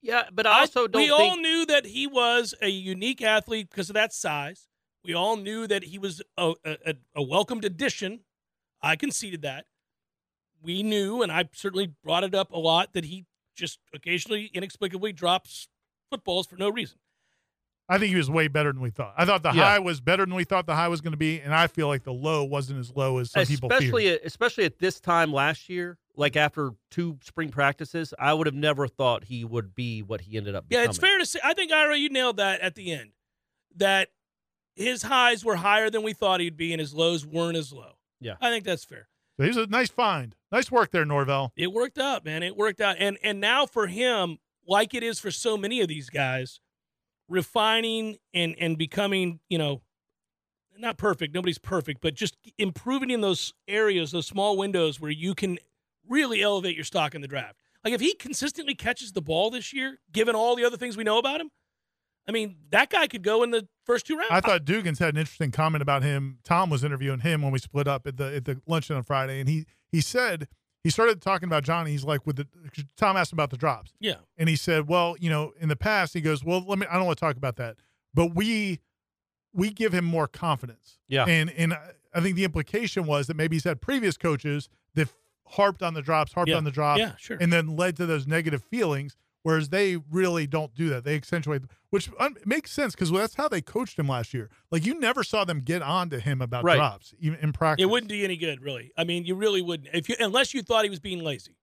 Speaker 4: yeah? But I also don't
Speaker 2: we
Speaker 4: think
Speaker 2: all knew that he was a unique athlete because of that size. We all knew that he was a, a, a- a welcomed addition. I conceded that. We knew, and I certainly brought it up a lot, that he just occasionally inexplicably drops footballs for no reason.
Speaker 3: I think he was way better than we thought. I thought the
Speaker 4: Yeah.
Speaker 3: high was better than we thought the high was going to be, and I feel like the low wasn't as low as some people feared.
Speaker 4: especially especially at this time last year, like after two spring practices, I would have never thought he would be what he ended up.
Speaker 2: Yeah,
Speaker 4: becoming.
Speaker 2: it's fair to say. I think, Ira, you nailed that at the end, that his highs were higher than we thought he'd be, and his lows weren't as low.
Speaker 4: Yeah.
Speaker 2: I think that's fair.
Speaker 3: So he's a nice find. Nice work there, Norvell.
Speaker 2: It worked out, man. It worked out. And and now for him, like it is for so many of these guys, refining and and becoming, you know, not perfect, nobody's perfect, but just improving in those areas, those small windows where you can really elevate your stock in the draft. Like if he consistently catches the ball this year, given all the other things we know about him, I mean, that guy could go in the first two rounds.
Speaker 3: I thought Dugans had an interesting comment about him. Tom was interviewing him when we split up at the at the luncheon on Friday, and he he said he started talking about Johnny. He's like, with the Tom asked him about the drops.
Speaker 2: yeah.
Speaker 3: and he said, "Well, you know, in the past, he goes, well, let me. I don't want to talk about that, but we we give him more confidence.
Speaker 4: Yeah.
Speaker 3: and and I- I think the implication was that maybe he's had previous coaches that harped on the drops, harped
Speaker 2: Yeah.
Speaker 3: on the drops,
Speaker 2: Yeah, sure.
Speaker 3: and then led to those negative feelings. Whereas they really don't do that. They accentuate, which um, makes sense because that's how they coached him last year. Like you never saw them get on to him about
Speaker 4: Right.
Speaker 3: drops even in practice.
Speaker 2: It wouldn't do you any good, really. I mean, you really wouldn't. If you unless you thought he was being lazy.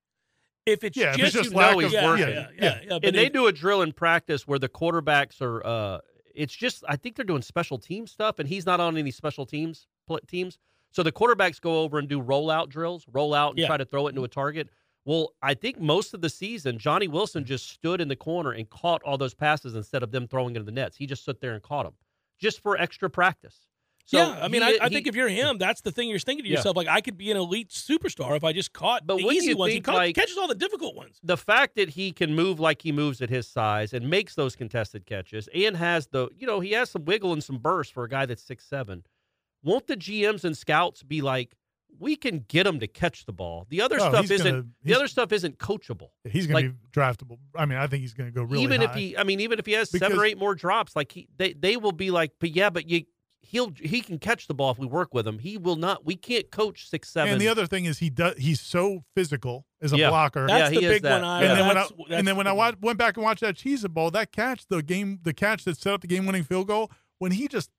Speaker 2: If it's
Speaker 3: Yeah, if
Speaker 2: just,
Speaker 3: it's just
Speaker 4: you
Speaker 3: lack
Speaker 4: know
Speaker 3: of
Speaker 4: he's
Speaker 2: yeah,
Speaker 3: work.
Speaker 2: yeah,
Speaker 4: working.
Speaker 3: yeah,
Speaker 2: yeah, yeah, but
Speaker 4: and they
Speaker 2: if-
Speaker 4: do a drill in practice where the quarterbacks are. Uh, it's just I think they're doing special team stuff, and he's not on any special teams pl- teams. So the quarterbacks go over and do rollout drills, roll out and
Speaker 2: Yeah.
Speaker 4: try to throw it into a target. Well, I think most of the season Johnny
Speaker 2: Mm.
Speaker 4: Wilson just stood in the corner and caught all those passes instead of them throwing into the nets. He just stood there and caught them, just for extra practice. So
Speaker 2: yeah, I mean, I,
Speaker 4: he-
Speaker 2: I
Speaker 4: he-
Speaker 2: think if you're him, that's the thing you're thinking to
Speaker 4: Yeah.
Speaker 2: yourself. Like, I could be an elite superstar if I just caught
Speaker 4: But
Speaker 2: the
Speaker 4: wouldn't
Speaker 2: easy
Speaker 4: you
Speaker 2: ones. He
Speaker 4: think,
Speaker 2: caught,
Speaker 4: like-
Speaker 2: catches all the difficult ones.
Speaker 4: the fact that he can move like he moves at his size and makes those contested catches and has the you know he has some wiggle and some burst for a guy that's six seven won't the gms and scouts be like we can get him to catch the ball the other
Speaker 3: No,
Speaker 4: stuff
Speaker 3: he's
Speaker 4: isn't
Speaker 3: gonna-
Speaker 4: the
Speaker 3: he's-
Speaker 4: other stuff isn't coachable
Speaker 3: He's going to
Speaker 4: Like-
Speaker 3: be draftable. I mean, I think he's going to go really
Speaker 4: even
Speaker 3: high.
Speaker 4: if he i mean even if he has seven or
Speaker 3: Because-
Speaker 4: eight more drops like he they, they will be like but yeah but you he'll he can catch the ball if we work with him he will not we can't coach six seven
Speaker 3: And the other thing is he does. He's so physical as a
Speaker 4: Yeah.
Speaker 3: blocker.
Speaker 2: That's
Speaker 4: he
Speaker 2: the
Speaker 4: is
Speaker 2: big
Speaker 4: that.
Speaker 2: one. I,
Speaker 3: and then when I
Speaker 2: that's- that's
Speaker 3: and then when
Speaker 2: the
Speaker 3: I
Speaker 2: big
Speaker 3: wa- went back and watched that cheese ball, that catch, the game, the catch that set up the game-winning field goal, when he just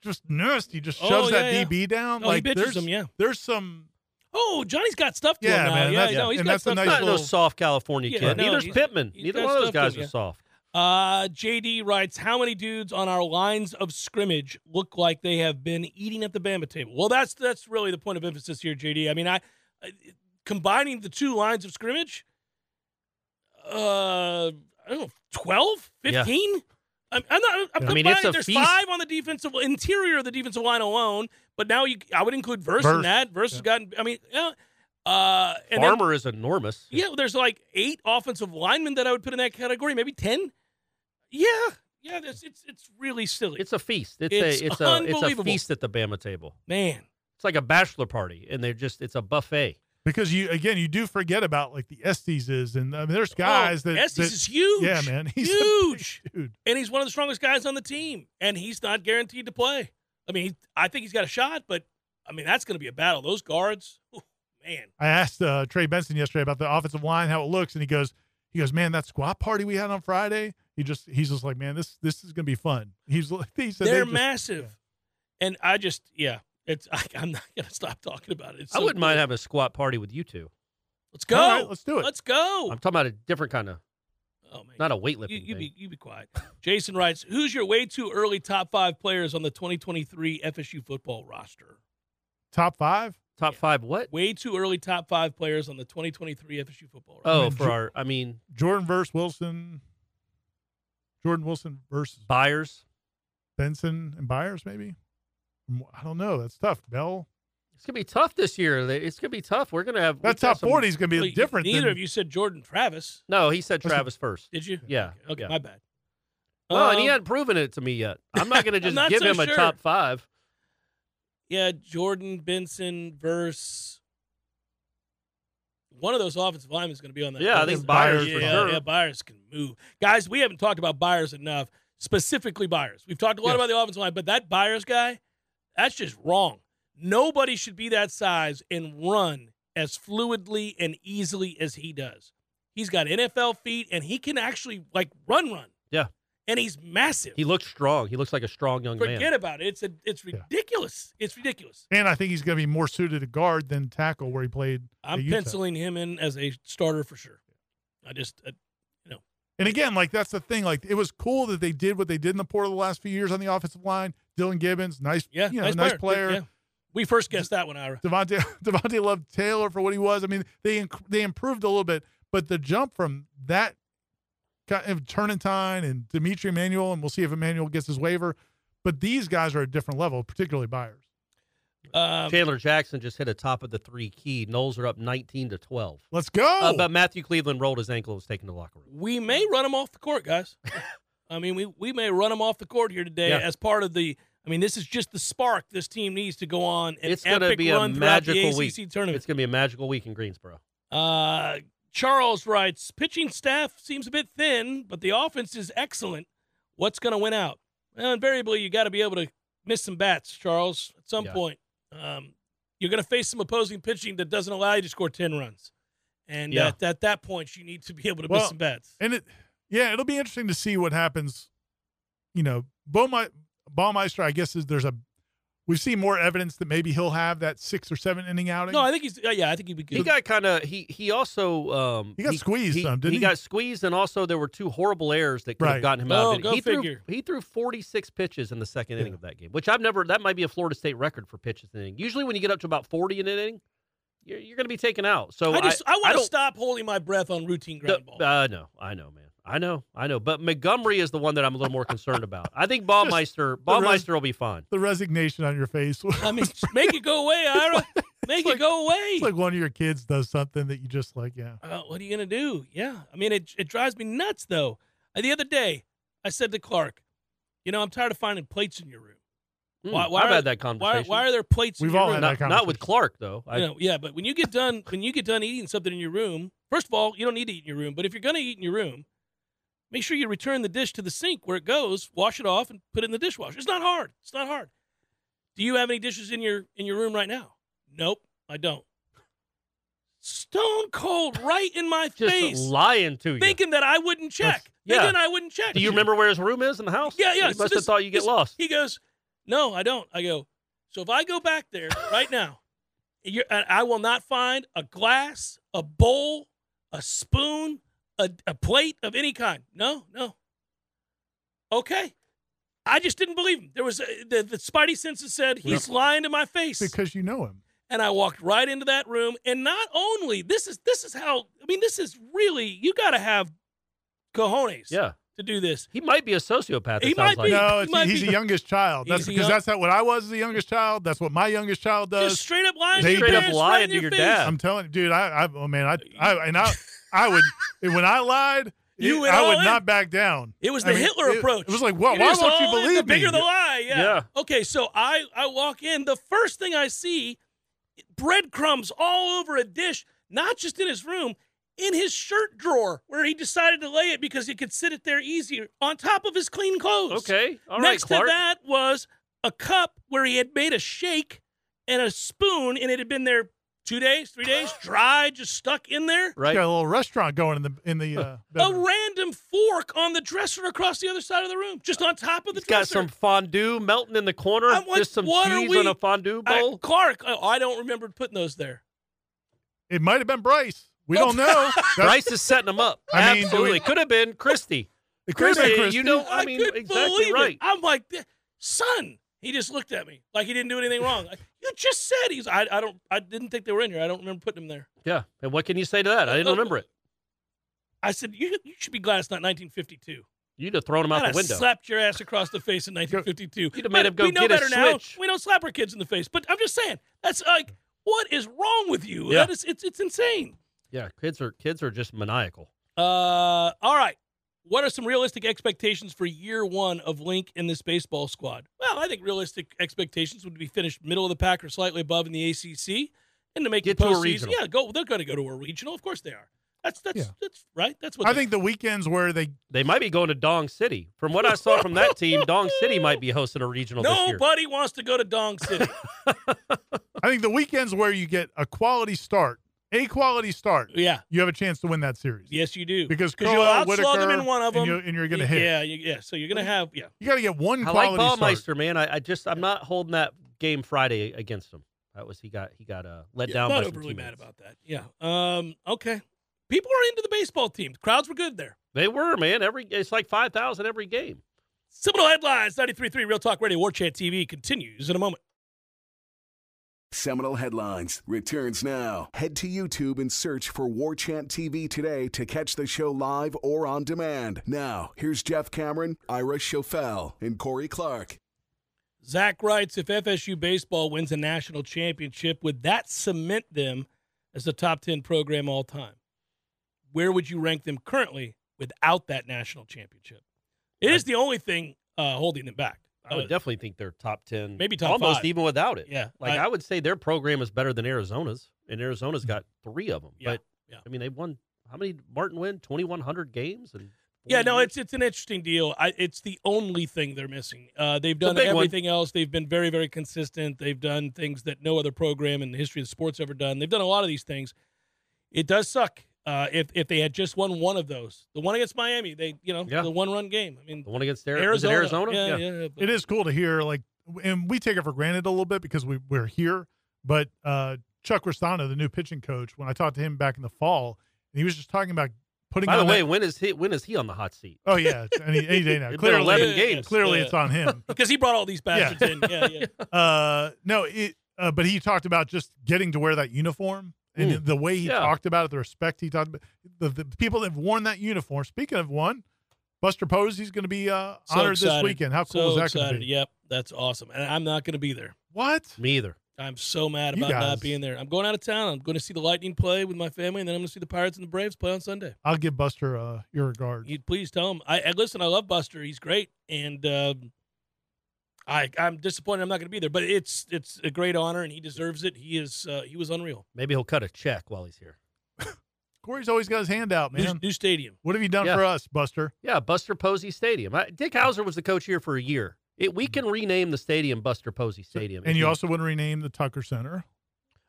Speaker 3: just nasty, just
Speaker 2: Oh,
Speaker 3: shoves that
Speaker 2: yeah, yeah.
Speaker 3: DB down.
Speaker 2: Oh, he
Speaker 3: like
Speaker 2: bitches
Speaker 3: there's
Speaker 2: him, yeah.
Speaker 3: there's some
Speaker 2: Oh, Johnny's got stuff to
Speaker 3: Yeah,
Speaker 2: him now.
Speaker 3: man,
Speaker 2: yeah,
Speaker 3: that's-
Speaker 2: no, he's
Speaker 3: and
Speaker 2: got
Speaker 3: that's a
Speaker 2: stuff.
Speaker 3: nice
Speaker 2: to
Speaker 4: not
Speaker 2: him.
Speaker 4: no
Speaker 3: little-
Speaker 4: soft california
Speaker 2: Yeah,
Speaker 4: kid
Speaker 2: no,
Speaker 4: neither's
Speaker 2: he's-
Speaker 4: pittman
Speaker 2: he's
Speaker 4: neither
Speaker 2: got
Speaker 4: one of those
Speaker 2: stuff to
Speaker 4: guys
Speaker 2: him,
Speaker 4: are
Speaker 2: yeah.
Speaker 4: soft
Speaker 2: Uh, JD writes, how many dudes on our lines of scrimmage look like they have been eating at the Bama table? Well, that's that's really the point of emphasis here, JD. I mean, I, I combining the two lines of scrimmage, uh, I don't know, 12,
Speaker 4: Yeah.
Speaker 2: 15? I'm, I'm not. I'm
Speaker 4: I mean, it's
Speaker 2: combining-
Speaker 4: a
Speaker 2: there's
Speaker 4: feast.
Speaker 2: five on the defensive interior of the defensive line alone, but now you, I would include Verse, in
Speaker 3: Verse.
Speaker 2: that. Verse has
Speaker 3: Yeah.
Speaker 2: gotten. I mean, yeah. Uh, and then-
Speaker 4: Farmer is enormous.
Speaker 2: yeah, there's like eight offensive linemen that I would put in that category, maybe ten. Yeah, yeah, that's it's it's really silly,
Speaker 4: It's a feast. It's,
Speaker 2: It's
Speaker 4: a it's a it's a
Speaker 2: unbelievable.
Speaker 4: feast at the Bama table.
Speaker 2: man.
Speaker 4: It's like a bachelor party, and they're just it's a buffet.
Speaker 3: because you again you do forget about like the Estes is and I mean, there's guys
Speaker 2: oh,
Speaker 3: that,
Speaker 2: Estes
Speaker 3: that-
Speaker 2: is huge.
Speaker 3: yeah man he's a big
Speaker 2: huge,
Speaker 3: dude
Speaker 2: and he's one of the strongest guys on the team, and he's not guaranteed to play. I mean, he, I think he's got a shot, but I mean that's going to be a battle. Those guards, oh, man.
Speaker 3: I asked uh, Trey Benson yesterday about the offensive line, how it looks, and he goes, he goes, man, that squat party we had on Friday. He just, he's just like, man, this this is gonna be fun. He's, like- he said,
Speaker 2: They're
Speaker 3: they just-
Speaker 2: massive, and I just yeah, it's I, I'm not going to stop talking about it. It's
Speaker 4: I
Speaker 2: so
Speaker 4: wouldn't
Speaker 2: cool.
Speaker 4: mind having a squat party with you two.
Speaker 2: Let's go.
Speaker 3: All right, let's do it.
Speaker 2: Let's go.
Speaker 4: I'm talking about a different kind of,
Speaker 2: oh man,
Speaker 4: not a weightlifting.
Speaker 2: Oh. You, you
Speaker 4: thing.
Speaker 2: be you be quiet. Jason writes, "Who's your way too early top five players on the 2023 FSU football roster?
Speaker 3: top five.
Speaker 4: Top five? What?
Speaker 2: Way too early top five players on the 2023 FSU football roster.
Speaker 4: Oh,
Speaker 3: mean,
Speaker 4: for
Speaker 3: Ju-
Speaker 4: our, I mean,
Speaker 3: Jordan versus Wilson. Jordan Wilson versus
Speaker 4: buyers.
Speaker 3: Benson and Byers, maybe. I don't know. That's tough. Bell.
Speaker 4: It's gonna be tough this year. They- It's gonna be tough. We're gonna have we
Speaker 3: That
Speaker 4: got
Speaker 3: top
Speaker 4: some-
Speaker 3: forty is gonna be
Speaker 2: Well, you-
Speaker 3: different.
Speaker 2: Neither
Speaker 3: than,
Speaker 2: of you said Jordan Travis,
Speaker 4: No, he said
Speaker 3: Listen-
Speaker 4: Travis first.
Speaker 2: did you?
Speaker 4: Yeah,
Speaker 2: Okay, okay,
Speaker 4: yeah.
Speaker 2: my bad.
Speaker 4: Well, and he
Speaker 2: Um,
Speaker 4: hadn't proven it to me yet. I'm not gonna
Speaker 2: I'm
Speaker 4: just
Speaker 2: not
Speaker 4: give
Speaker 2: so
Speaker 4: him a
Speaker 2: sure.
Speaker 4: top five.
Speaker 2: yeah, Jordan Benson versus one of those offensive linemen is going to be on that.
Speaker 4: Yeah, I
Speaker 2: list.
Speaker 4: think Byers
Speaker 3: for
Speaker 2: Yeah,
Speaker 4: sure.
Speaker 2: yeah, Byers can move. Guys, we haven't talked about Byers enough. Specifically, Byers. We've talked a lot
Speaker 3: Yes.
Speaker 2: about the offensive line, but that Byers guy, that's just wrong. Nobody should be that size and run as fluidly and easily as he does. He's got NFL feet and he can actually like run, run.
Speaker 4: Yeah.
Speaker 2: and he's massive.
Speaker 4: He looks strong. He looks like a strong young
Speaker 2: Forget
Speaker 4: man.
Speaker 2: about it. It's a, it's
Speaker 3: Yeah.
Speaker 2: ridiculous. It's ridiculous.
Speaker 3: and I think he's gonna be more suited to guard than tackle where he played. at
Speaker 2: I'm
Speaker 3: Utah.
Speaker 2: penciling him in as a starter for sure. I just uh,
Speaker 3: And again, like that's the thing. Like it was cool that they did what they did in the portal the last few years on the offensive line. Dylan Gibbons, nice,
Speaker 2: yeah,
Speaker 3: you know, nice player.
Speaker 2: Yeah. We first guessed that one, Ira.
Speaker 3: Devontae Devontae loved Taylor for what he was. I mean, they inc- they improved a little bit, but the jump from that kind of Turnitine and Dimitri Emanuel, and we'll see if Emmanuel gets his waiver. But these guys are a different level, particularly Byers.
Speaker 2: Uh,
Speaker 4: Chandler Jackson just hit a top of the three key. Knowles are up 19 to 12.
Speaker 3: Let's go.
Speaker 4: Uh, but Matthew Cleveland rolled his ankle and was taken to the locker room.
Speaker 2: we may run him off the court, guys. I mean, we, we may run him off the court here today
Speaker 4: Yeah.
Speaker 2: as part of the. I mean, this is just the spark this team needs to go on an
Speaker 4: It's gonna
Speaker 2: epic
Speaker 4: be a
Speaker 2: run throughout the
Speaker 4: magical
Speaker 2: ACC
Speaker 4: week. It's
Speaker 2: tournament.
Speaker 4: going to be a magical week in Greensboro.
Speaker 2: Uh, Charles writes, pitching staff seems a bit thin, but the offense is excellent. What's going to win out? Well, invariably, you got to be able to miss some bats, Charles. At some
Speaker 4: Yeah.
Speaker 2: point, um, you're going to face some opposing pitching that doesn't allow you to score ten runs, and
Speaker 4: Yeah.
Speaker 2: at, at that point, you need to be able to miss
Speaker 3: Well,
Speaker 2: some bats.
Speaker 3: And it, yeah, it'll be interesting to see what happens. You know, Baumei- Baumeister, I guess, is there's a We've seen more evidence that maybe he'll have that six or seven inning outing.
Speaker 2: No, I think he's. Uh, yeah, I think he'd be good.
Speaker 4: He got kind of he he also um
Speaker 3: He got squeezed some, didn't he?
Speaker 4: got squeezed, and also there were two horrible errors that could
Speaker 3: Right.
Speaker 4: have gotten him out.
Speaker 2: Oh,
Speaker 4: of it.
Speaker 2: go
Speaker 4: he
Speaker 2: figure.
Speaker 4: Threw, he threw 46 pitches in the second inning of that game, which I've never. That might be a Florida State record for pitches in an inning. Usually, when you get up to about 40 in an inning, you're, you're going to be taken out. So
Speaker 2: I just. I, want to
Speaker 4: don't-
Speaker 2: stop holding my breath on routine ground balls.
Speaker 4: the- I know, I know, man. I know, I know. But Montgomery is the one that I'm a little more concerned about. I think Baumeister,
Speaker 3: res-
Speaker 4: Baumeister will be fine.
Speaker 3: the resignation on your face.
Speaker 2: I mean, just make it go away, Ira. Make it
Speaker 3: like-
Speaker 2: go away.
Speaker 3: it's like one of your kids does something that you just like, yeah.
Speaker 2: uh, what are you gonna do? Yeah, I mean, it it drives me nuts though. Uh, The other day, I said to Clark, "You know, I'm tired of finding plates in your room.
Speaker 4: Mm,
Speaker 2: Why- why
Speaker 4: I've
Speaker 2: are-
Speaker 4: had that
Speaker 2: Why,
Speaker 4: conversation.
Speaker 2: why are there plates?
Speaker 3: We've
Speaker 2: in your
Speaker 3: all
Speaker 2: room?
Speaker 3: had
Speaker 4: not,
Speaker 3: that
Speaker 4: not with
Speaker 3: conversation.
Speaker 4: Clark though. I,
Speaker 2: You know, yeah, but when you get done, when you get done eating something in your room, first of all, you don't need to eat in your room. But if you're gonna eat in your room, make sure you return the dish to the sink where it goes, wash it off, and put it in the dishwasher. It's not hard. It's not hard. Do you have any dishes in your in your room right now? Nope, I don't. Stone cold, right in my
Speaker 4: just
Speaker 2: face.
Speaker 4: lying to you.
Speaker 2: thinking that I wouldn't check.
Speaker 4: That's- yeah.
Speaker 2: Thinking I wouldn't check.
Speaker 4: Do you remember where his room is in the house?
Speaker 2: Yeah, yeah.
Speaker 4: You
Speaker 2: so
Speaker 4: must
Speaker 2: this-
Speaker 4: have thought you get
Speaker 2: this-
Speaker 4: lost.
Speaker 2: He goes, "No, I don't." I go, "So if I go back there right now, you're, I I will not find a glass, a bowl, a spoon, a, a plate of any kind. No, no. Okay." I just didn't believe him. There was a, the, the spidey senses said he's lying to my face,
Speaker 3: Because you know him.
Speaker 2: and I walked right into that room. And not only this is this is how I mean this is really you got to have cojones
Speaker 4: Yeah,
Speaker 2: to do this.
Speaker 4: he might be a sociopath.
Speaker 2: He
Speaker 4: it
Speaker 2: might
Speaker 4: sounds like.
Speaker 2: be.
Speaker 3: No,
Speaker 2: he
Speaker 3: it's,
Speaker 2: might
Speaker 3: he's
Speaker 2: be-
Speaker 3: the youngest child. That's
Speaker 2: He's the
Speaker 3: because
Speaker 2: young-
Speaker 3: that's how, what I was as a youngest child. That's what my youngest child does.
Speaker 2: Just straight up lying.
Speaker 3: They
Speaker 2: to your
Speaker 3: straight up
Speaker 2: parents,
Speaker 4: lying
Speaker 2: right in
Speaker 4: to
Speaker 2: their
Speaker 4: your
Speaker 2: face.
Speaker 4: dad.
Speaker 3: I'm telling you, dude. I, I, oh man, I, I, and I, I would, and when I lied,
Speaker 2: You
Speaker 3: it,
Speaker 2: went
Speaker 3: I
Speaker 2: all
Speaker 3: would
Speaker 2: in.
Speaker 3: not back down.
Speaker 2: It was
Speaker 3: I
Speaker 2: the
Speaker 3: mean,
Speaker 2: Hitler
Speaker 3: it-
Speaker 2: approach.
Speaker 3: It was like, well,
Speaker 2: It
Speaker 3: why
Speaker 2: is
Speaker 3: won't you
Speaker 2: all in,
Speaker 3: believe
Speaker 2: the bigger
Speaker 3: me?
Speaker 2: the lie, yeah.
Speaker 4: Yeah.
Speaker 2: Okay, so I I walk in. The first thing I see, breadcrumbs all over a dish, not just in his room, in his shirt drawer where he decided to lay it because he could sit it there easier. On top of his clean clothes.
Speaker 4: Okay, all right,
Speaker 2: Next
Speaker 4: Clark.
Speaker 2: to that was a cup where he had made a shake and a spoon, and it had been there two days, three days, dry, just stuck in there.
Speaker 3: Got a
Speaker 4: Right.
Speaker 3: little restaurant going in the in the. Uh,
Speaker 2: A
Speaker 3: bedroom.
Speaker 2: random fork on the dresser across the other side of the room, just on top of the
Speaker 4: He's got
Speaker 2: dresser.
Speaker 4: some fondue melting in the corner.
Speaker 2: I'm like,
Speaker 4: just some
Speaker 2: what are
Speaker 4: cheese
Speaker 2: we-
Speaker 4: on a fondue
Speaker 2: I-
Speaker 4: bowl.
Speaker 2: Clark, I, I don't remember putting those there.
Speaker 3: it might have been Bryce. We don't know. That's-
Speaker 4: Bryce is setting them up.
Speaker 3: I mean, do
Speaker 4: Absolutely,
Speaker 3: we-
Speaker 4: could have been Christie.
Speaker 3: it could have
Speaker 4: Christie,
Speaker 3: been Christie.
Speaker 4: you know, I mean,
Speaker 2: couldn't
Speaker 4: exactly
Speaker 2: believe
Speaker 4: right.
Speaker 2: It. I'm like, "Th- son. He just looked at me like he didn't do anything wrong. Like, you just said he's. I, I don't. I didn't think they were in here. I don't remember putting them there.
Speaker 4: Yeah, and what can you say to that? I
Speaker 2: Uh,
Speaker 4: didn't remember it.
Speaker 2: I said you. You should be glad it's not 1952.
Speaker 4: You'd have thrown him out
Speaker 2: I'd
Speaker 4: the window.
Speaker 2: have slapped your ass across the face in 1952.
Speaker 4: You'd have made
Speaker 2: But
Speaker 4: him go
Speaker 2: we know
Speaker 4: get a
Speaker 2: better now.
Speaker 4: switch.
Speaker 2: We don't slap our kids in the face. But I'm just saying, that's like, what is wrong with you?
Speaker 4: Yeah.
Speaker 2: That is, it's, it's insane.
Speaker 4: Yeah, kids are kids are just maniacal.
Speaker 2: Uh, all right. What are some realistic expectations for year one of Link in this baseball squad? Well, I think realistic expectations would be finished middle of the pack or slightly above in the ACC, and to make
Speaker 4: Get
Speaker 2: the
Speaker 4: to a
Speaker 2: postseason.
Speaker 4: regional.
Speaker 2: yeah, go. They're going to go to a regional. Of course they are. That's that's
Speaker 3: Yeah.
Speaker 2: that's right. That's what
Speaker 3: I
Speaker 2: they-
Speaker 3: think the weekends where they
Speaker 4: They might be going to Dong City. From what I saw from that team, Dong City might be hosting a regional this year.
Speaker 2: Nobody wants to go to Dong City.
Speaker 3: I think the weekends where you get a quality start, a quality start,
Speaker 2: yeah.
Speaker 3: you have a chance to win that series.
Speaker 2: Yes, you do.
Speaker 3: Because
Speaker 2: you'll
Speaker 3: Crowell,
Speaker 2: outslug them in
Speaker 3: Whitaker,
Speaker 2: one of
Speaker 3: and
Speaker 2: them,
Speaker 3: you- and you're gonna hit.
Speaker 2: Yeah, you, yeah. So you're gonna have yeah.
Speaker 3: You got to get one
Speaker 4: I
Speaker 3: quality
Speaker 4: like
Speaker 3: start.
Speaker 4: Baumeister, man. I, I just I'm not holding that game Friday against him. That was he got he got uh, let down by
Speaker 2: Not
Speaker 4: some
Speaker 2: overly mad
Speaker 4: teammates.
Speaker 2: about that. Yeah. Um. Okay. People are into the baseball team. Crowds were good there.
Speaker 4: They were man. Every it's like five thousand every game.
Speaker 2: Seminole Headlines 93.3 Real Talk Radio War Chant TV continues in a moment.
Speaker 1: Seminole Headlines returns now. Head to YouTube and search for War Chant TV today to catch the show live or on demand. Now, here's Jeff Cameron, Ira Schofel, and Corey Clark.
Speaker 2: Zach writes If FSU baseball wins a national championship, would that cement them as a top 10 program all time? Where would you rank them currently without that national championship? It is the only thing uh, holding them back.
Speaker 4: I would
Speaker 2: Uh,
Speaker 4: definitely think they're top ten,
Speaker 2: Maybe top
Speaker 4: almost
Speaker 2: five.
Speaker 4: even without it.
Speaker 2: Yeah,
Speaker 4: like
Speaker 2: I-
Speaker 4: I, would say their program is better than Arizona's, and Arizona's got three of them.
Speaker 2: Yeah,
Speaker 4: But
Speaker 2: yeah.
Speaker 4: I mean, they won how many? did Martin win twenty one hundred games, and
Speaker 2: Yeah,
Speaker 4: Mm-hmm.
Speaker 2: no, it's it's an interesting deal. I, it's the only thing they're missing. Uh, they've
Speaker 4: It's a
Speaker 2: done
Speaker 4: big one.
Speaker 2: everything else. They've been very, very consistent. They've done things that no other program in the history of sports ever done. They've done a lot of these things. It does suck uh, if if they had just won one of those. The one against Miami, they you know
Speaker 4: Yeah.
Speaker 2: the one run game. I mean,
Speaker 4: the one against Ari- was it
Speaker 2: Arizona,
Speaker 4: Arizona.
Speaker 2: yeah, yeah. but-
Speaker 3: It is cool to hear like and we take it for granted a little bit because we we're here. But uh, Chuck Restano, the new pitching coach, when I talked to him back in the fall, he was just talking about putting.
Speaker 4: By the
Speaker 3: on that-
Speaker 4: way, when is he when is he on the hot seat?
Speaker 3: oh yeah, it's any, any day now.
Speaker 4: It's been
Speaker 3: clearly,
Speaker 4: 11
Speaker 2: Yeah,
Speaker 4: games.
Speaker 3: clearly,
Speaker 2: yeah.
Speaker 3: it's on him.
Speaker 2: because he brought all these bastards
Speaker 3: Yeah.
Speaker 2: in. Yeah, yeah.
Speaker 3: Uh, no, it, uh, but he talked about just getting to wear that uniform and the way he
Speaker 4: Mm. yeah.
Speaker 3: talked about it, the respect he talked about, the, the people that have worn that uniform. Speaking of one, Buster Posey's going to be uh,
Speaker 2: So
Speaker 3: honored this
Speaker 2: excited.
Speaker 3: weekend. How
Speaker 2: so
Speaker 3: cool is that going to
Speaker 2: excited.
Speaker 3: be?
Speaker 2: Yep, that's awesome. And I'm not going to be there.
Speaker 3: What?
Speaker 4: Me either.
Speaker 2: I'm so mad
Speaker 3: You
Speaker 2: about
Speaker 3: guys-
Speaker 2: not being there. I'm going out of town. I'm going to see the Lightning play with my family, and then I'm going to see the Pirates and the Braves play on Sunday.
Speaker 3: I'll give Buster uh, your regards.
Speaker 2: You please tell him. I, I listen. I love Buster. He's great, and um, I I'm disappointed. I'm not going to be there, but it's it's a great honor, and he deserves it. He is uh, he was unreal.
Speaker 4: Maybe he'll cut a check while he's here.
Speaker 3: Corey's always got his hand out,
Speaker 2: New,
Speaker 3: man.
Speaker 2: new stadium.
Speaker 3: What have you done
Speaker 4: Yeah.
Speaker 3: for us, Buster?
Speaker 4: Yeah, Buster Posey Stadium. I, Dick Hauser was the coach here for a year. It, we can rename the stadium Buster Posey Stadium.
Speaker 3: Mm-hmm. And
Speaker 4: if Uh,
Speaker 3: you also want to rename the Tucker Center.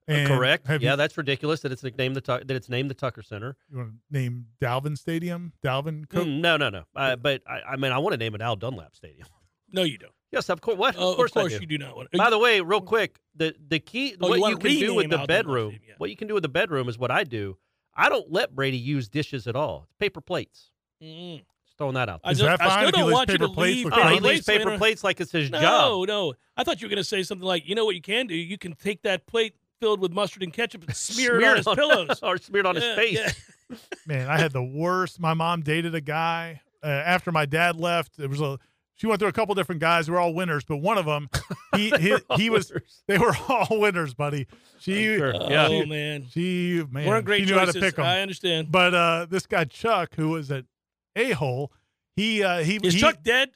Speaker 3: And
Speaker 4: correct.
Speaker 3: Have
Speaker 4: Yeah,
Speaker 3: you,
Speaker 4: that's ridiculous that it's nicknamed the Tuck- that it's named the Tucker Center.
Speaker 3: you want to name Dalvin Stadium? Dalvin
Speaker 4: Mm,
Speaker 3: Cook?
Speaker 4: no, no, no. Uh, but I, I mean, I want to name it Al Dunlap Stadium.
Speaker 2: No, you don't.
Speaker 4: Yes, of course. What?
Speaker 2: Oh,
Speaker 4: of course, I do.
Speaker 2: you do not want.
Speaker 4: By the way, real quick, the the key
Speaker 2: Oh, you
Speaker 4: what you,
Speaker 2: wanna
Speaker 4: can do with
Speaker 2: rename
Speaker 4: the
Speaker 2: Al Dunlap's
Speaker 4: bedroom,
Speaker 2: name, yeah.
Speaker 4: what you can do with the bedroom is what I do. I don't let Brady use dishes at all. It's paper plates.
Speaker 2: Mm.
Speaker 4: Just throwing that out.
Speaker 2: I
Speaker 3: Is
Speaker 2: just,
Speaker 3: that
Speaker 2: I still
Speaker 3: fine if you
Speaker 2: don't
Speaker 3: leave
Speaker 2: want you to
Speaker 3: paper plates
Speaker 2: leave.
Speaker 3: with paper
Speaker 4: there. Oh,
Speaker 3: paper
Speaker 4: he leaves paper
Speaker 2: in-
Speaker 4: plates like it's his
Speaker 2: No,
Speaker 4: job.
Speaker 2: no. I thought you were going to say something like, you know what you can do? You can take that plate filled with mustard and ketchup and smear it on his pillows.
Speaker 4: or smeared on
Speaker 2: Yeah,
Speaker 4: his face.
Speaker 2: yeah.
Speaker 3: Man, I had the worst. My mom dated a guy uh, after my dad left. It was a she went through a couple different guys who were all winners, but one of them, he he, he was they were all winners, buddy. She
Speaker 4: Sure. Yeah.
Speaker 2: Oh, man.
Speaker 3: she man,
Speaker 2: We're in great
Speaker 3: she knew how to
Speaker 2: choices.
Speaker 3: pick 'em.
Speaker 2: I understand.
Speaker 3: But uh, this guy Chuck, who was an a hole, he uh, he
Speaker 2: Is
Speaker 3: he,
Speaker 2: Chuck dead?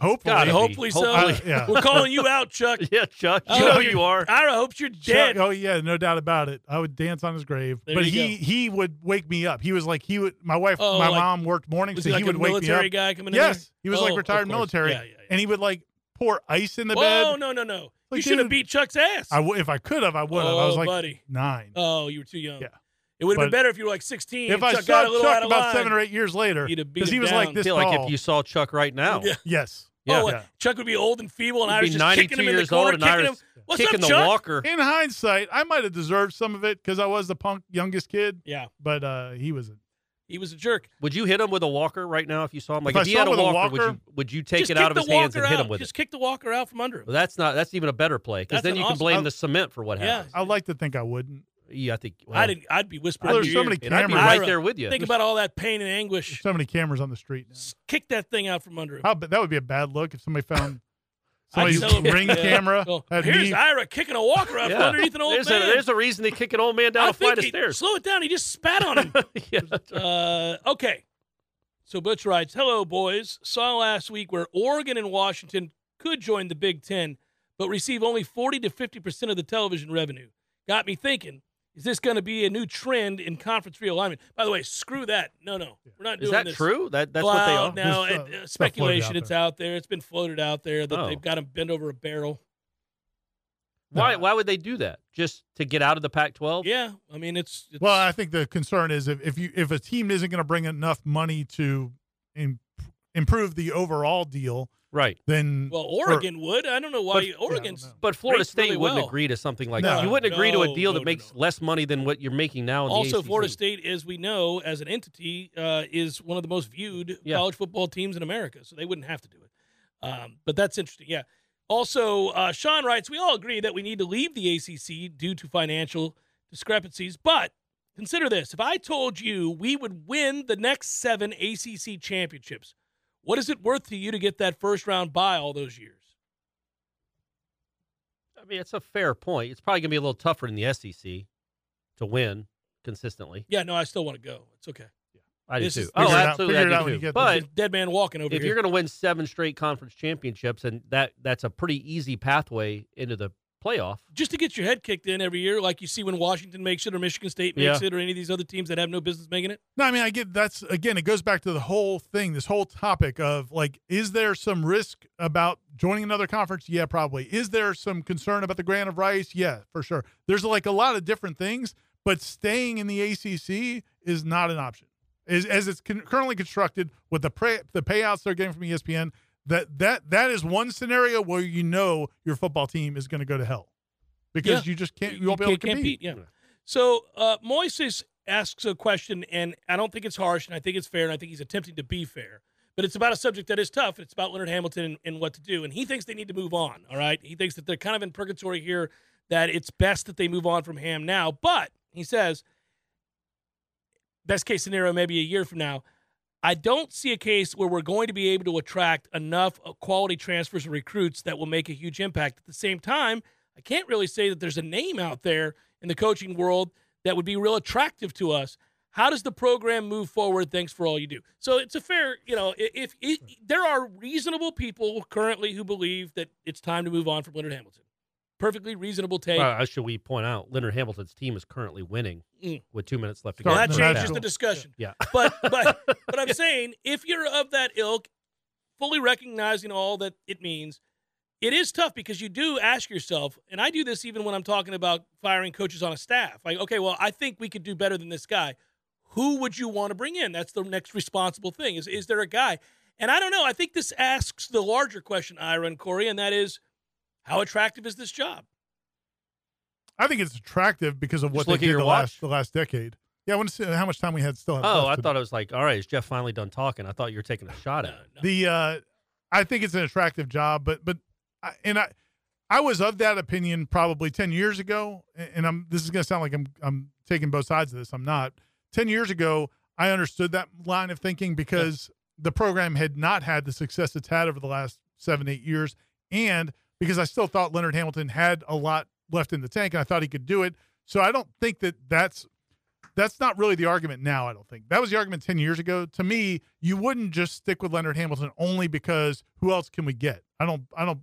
Speaker 3: hopefully
Speaker 4: Gotta be.
Speaker 2: Hopefully so.
Speaker 3: Uh, yeah.
Speaker 2: We're calling you out, Chuck.
Speaker 4: Yeah, Chuck. You
Speaker 2: Oh,
Speaker 4: know you are.
Speaker 2: Ira hopes you're
Speaker 3: Chuck-
Speaker 2: dead.
Speaker 3: oh yeah, no doubt about it. I would dance on his grave.
Speaker 2: There
Speaker 3: but
Speaker 2: you
Speaker 3: he he would wake me up. He was like he would. My wife,
Speaker 2: Oh,
Speaker 3: my
Speaker 2: like-
Speaker 3: mom worked morning,
Speaker 2: Was
Speaker 3: so
Speaker 2: he like
Speaker 3: would
Speaker 2: a
Speaker 3: wake me
Speaker 2: military
Speaker 3: up.
Speaker 2: guy coming in?
Speaker 3: Yes,
Speaker 2: there?
Speaker 3: he was
Speaker 2: Oh,
Speaker 3: like
Speaker 2: of
Speaker 3: retired
Speaker 2: course.
Speaker 3: military,
Speaker 2: Yeah, yeah, yeah.
Speaker 3: and he would like pour ice in the
Speaker 2: Oh,
Speaker 3: bed.
Speaker 2: no, no, no.
Speaker 3: Like,
Speaker 2: you should
Speaker 3: dude.
Speaker 2: have beat Chuck's ass.
Speaker 3: I w- if I could have, I would have. I
Speaker 2: Oh,
Speaker 3: was like
Speaker 2: buddy.
Speaker 3: nine.
Speaker 2: oh, you were too young.
Speaker 3: Yeah.
Speaker 2: It would have been
Speaker 3: But-
Speaker 2: better if you were like 16.
Speaker 3: if
Speaker 2: and
Speaker 3: I
Speaker 2: Chuck
Speaker 3: saw
Speaker 2: got a little
Speaker 3: Chuck
Speaker 2: out of
Speaker 3: about
Speaker 2: line.
Speaker 3: seven or eight years later,
Speaker 2: You'd have beat
Speaker 3: he
Speaker 2: him
Speaker 3: was
Speaker 2: down.
Speaker 3: like
Speaker 4: I
Speaker 3: this
Speaker 4: feel like
Speaker 3: tall.
Speaker 4: if you saw Chuck right now,
Speaker 2: Yeah.
Speaker 3: yes,
Speaker 4: Yeah.
Speaker 2: Oh,
Speaker 3: Yeah.
Speaker 2: Chuck would be old and feeble, and
Speaker 4: He'd
Speaker 2: I was
Speaker 4: be
Speaker 2: just
Speaker 4: 92
Speaker 2: kicking him in the
Speaker 4: years
Speaker 2: corner,
Speaker 4: old and
Speaker 2: kicking
Speaker 4: Irish-
Speaker 2: him. What's
Speaker 4: kicking
Speaker 2: up,
Speaker 4: the
Speaker 2: Chuck?
Speaker 4: walker.
Speaker 3: in hindsight, I might have deserved some of it because I was the punk youngest kid.
Speaker 2: Yeah,
Speaker 3: But uh, he was. not
Speaker 2: he was a jerk.
Speaker 4: Would you hit him with a walker right now if you saw him? Like
Speaker 3: If
Speaker 4: if,
Speaker 3: I
Speaker 4: he
Speaker 3: saw
Speaker 4: had
Speaker 3: him
Speaker 4: a
Speaker 3: with a
Speaker 4: walker, would
Speaker 3: walker-
Speaker 4: you would you take
Speaker 2: just
Speaker 4: it
Speaker 2: kick
Speaker 4: out of
Speaker 2: the
Speaker 4: his hands
Speaker 2: walker
Speaker 4: and hit
Speaker 2: out.
Speaker 4: him with
Speaker 2: just
Speaker 4: it?
Speaker 2: kick the walker out from under him.
Speaker 4: Well, that's not that's even a better play
Speaker 2: That's
Speaker 4: because then
Speaker 2: an
Speaker 4: you
Speaker 2: awesome-
Speaker 4: can blame
Speaker 3: I-
Speaker 4: the cement for what
Speaker 2: yeah,
Speaker 4: happened.
Speaker 3: I like to think I wouldn't.
Speaker 4: Yeah, I think well,
Speaker 2: I didn't. I'd be whispering.
Speaker 3: Well,
Speaker 2: in
Speaker 3: there's
Speaker 2: your
Speaker 3: so many
Speaker 2: ear.
Speaker 4: and I'd be
Speaker 3: cameras.
Speaker 4: right
Speaker 2: Ira,
Speaker 4: there with you.
Speaker 2: Think about all that pain and anguish.
Speaker 3: So many cameras on the street now.
Speaker 2: S- Kick that thing out from under him.
Speaker 3: How, but that would be a bad look if somebody found
Speaker 2: I'd
Speaker 3: somebody's
Speaker 2: celebrate.
Speaker 3: ring
Speaker 2: Yeah.
Speaker 3: camera.
Speaker 2: Well,
Speaker 3: had
Speaker 2: here's
Speaker 3: me.
Speaker 2: Ira kicking a walker out from
Speaker 4: Yeah.
Speaker 2: underneath an old
Speaker 4: there's
Speaker 2: man.
Speaker 4: A, there's a reason they kick an old man down
Speaker 2: I
Speaker 4: a flight
Speaker 2: think
Speaker 4: of
Speaker 2: he-
Speaker 4: stairs.
Speaker 2: Slow it down. He just spat on him.
Speaker 4: yeah, that's right.
Speaker 2: Uh, okay. So Butch writes, "Hello, boys. Saw last week where Oregon and Washington could join the Big Ten, but receive only 40 to 50 percent of the television revenue. Got me thinking: Is this going to be a new trend in conference realignment? By the way, screw that. No, no, we're not
Speaker 4: Is
Speaker 2: doing
Speaker 4: that
Speaker 2: this.
Speaker 4: true? That that's what they
Speaker 2: well,
Speaker 4: are.
Speaker 2: No,
Speaker 3: Just, uh,
Speaker 2: it- uh,
Speaker 3: stuff floated
Speaker 2: speculation.
Speaker 3: out
Speaker 2: it's
Speaker 3: there.
Speaker 2: out there. It's been floated out there that
Speaker 4: Oh.
Speaker 2: they've got to bend over a barrel.
Speaker 4: Why why would they do that? Just to get out of the Pac-12?
Speaker 2: Yeah, I mean, it's, it's
Speaker 3: Well, I think the concern is if, if you if a team isn't going to bring enough money to im- improve the overall deal,
Speaker 4: Right.
Speaker 3: then
Speaker 2: well,
Speaker 3: or-
Speaker 2: Oregon would. I don't know why
Speaker 3: But-
Speaker 2: you-
Speaker 3: yeah, I don't
Speaker 2: Oregon's
Speaker 3: know.
Speaker 4: But Florida
Speaker 2: Rates
Speaker 4: State
Speaker 2: really
Speaker 4: wouldn't
Speaker 2: well.
Speaker 4: agree to something like
Speaker 3: No.
Speaker 4: that. You wouldn't agree to
Speaker 2: No,
Speaker 4: a deal
Speaker 2: no, no,
Speaker 4: that makes
Speaker 2: no.
Speaker 4: less money than what you're making now. In the
Speaker 2: Also,
Speaker 4: ACC.
Speaker 2: Florida State, as we know, as an entity, uh, is one of the most viewed
Speaker 4: Yeah.
Speaker 2: college football teams in America, so they wouldn't have to do it. Um, but that's interesting. Yeah. Also, uh, Sean writes, we all agree that we need to leave the ACC due to financial discrepancies, but consider this. If I told you we would win the next seven ACC championships, what is it worth to you to get that first round bye all those years?
Speaker 4: I mean, it's a fair point. It's probably going to be a little tougher in the SEC to win consistently.
Speaker 2: Yeah, no, I still want to go. It's okay.
Speaker 4: I do
Speaker 2: This
Speaker 4: too.
Speaker 2: is-
Speaker 4: oh,
Speaker 3: Figure it out-
Speaker 4: absolutely.
Speaker 3: figure it
Speaker 4: I
Speaker 3: out
Speaker 4: do
Speaker 3: when you
Speaker 4: too.
Speaker 3: get
Speaker 4: But
Speaker 2: Dead man walking over
Speaker 4: if
Speaker 2: here.
Speaker 4: you're going to win seven straight conference championships, and that that's a pretty easy pathway into the playoff.
Speaker 2: just to get your head kicked in every year, like you see when Washington makes it or Michigan State makes
Speaker 4: Yeah.
Speaker 2: it or any of these other teams that have no business making it.
Speaker 3: No, I mean, I get that's again, it goes back to the whole thing, this whole topic of like, is there some risk about joining another conference? Yeah, probably. Is there some concern about the grant of rights? Yeah, for sure. There's like a lot of different things, but staying in the ACC is not an option. As, as it's con- currently constructed with the, pre- the payouts they're getting from E ESPN, That that that is one scenario where you know your football team is going to go to hell because
Speaker 2: Yeah.
Speaker 3: you just can't you won't be able to
Speaker 2: can't-
Speaker 3: compete.
Speaker 2: can't beat, yeah. So uh, Moises asks a question, and I don't think it's harsh, and I think it's fair, and I think he's attempting to be fair. But it's about a subject that is tough. It's about Leonard Hamilton and, and what to do, and he thinks they need to move on. All right, he thinks that they're kind of in purgatory here. That it's best that they move on from Ham now. But he says, best case scenario, maybe a year from now. I don't see a case where we're going to be able to attract enough uh, quality transfers and recruits that will make a huge impact. At the same time, I can't really say that there's a name out there in the coaching world that would be real attractive to us. How does the program move forward? Thanks for all you do. So it's a fair, you know, i- if it, there are reasonable people currently who believe that it's time to move on from Leonard Hamilton, perfectly reasonable take.
Speaker 4: Well, should we point out Leonard Hamilton's team is currently winning
Speaker 2: Mm.
Speaker 4: with two minutes left to go.
Speaker 2: Well, that
Speaker 3: Starting to
Speaker 2: changes
Speaker 3: wrap
Speaker 2: the
Speaker 3: up.
Speaker 2: discussion.
Speaker 4: Yeah.
Speaker 2: But but but I'm saying if you're of that ilk, fully recognizing all that it means, it is tough because you do ask yourself, and I do this even when I'm talking about firing coaches on a staff. Like, okay, well, I think we could do better than this guy. Who would you want to bring in? That's the next responsible thing. Is is there a guy? And I don't know. I think this asks the larger question, Ira and Corey, and that is, how attractive is this job?
Speaker 3: I think it's attractive because of what
Speaker 4: Just
Speaker 3: they
Speaker 4: look at
Speaker 3: did
Speaker 4: your
Speaker 3: the
Speaker 4: watch.
Speaker 3: last the last decade. Yeah, I want to see how much time we had still. Have
Speaker 4: Oh,
Speaker 3: left
Speaker 4: I
Speaker 3: today.
Speaker 4: thought it was like, all right, is Jeff finally done talking? I thought you were taking a shot at
Speaker 2: No,
Speaker 4: it.
Speaker 2: no.
Speaker 3: the uh i think it's an attractive job but but I, and i i was of that opinion probably 10 years ago a- and i'm this is going to sound like i'm i'm taking both sides of this i'm not 10 years ago i understood that line of thinking because the program had not had the success it's had over the last seven eight years and because i still thought leonard hamilton had a lot left in the tank and i thought he could do it so i don't think that that's that's not really the argument now, I don't think. That was the argument 10 years ago. To me, you wouldn't just stick with Leonard Hamilton only because who else can we get? I don't, I don't,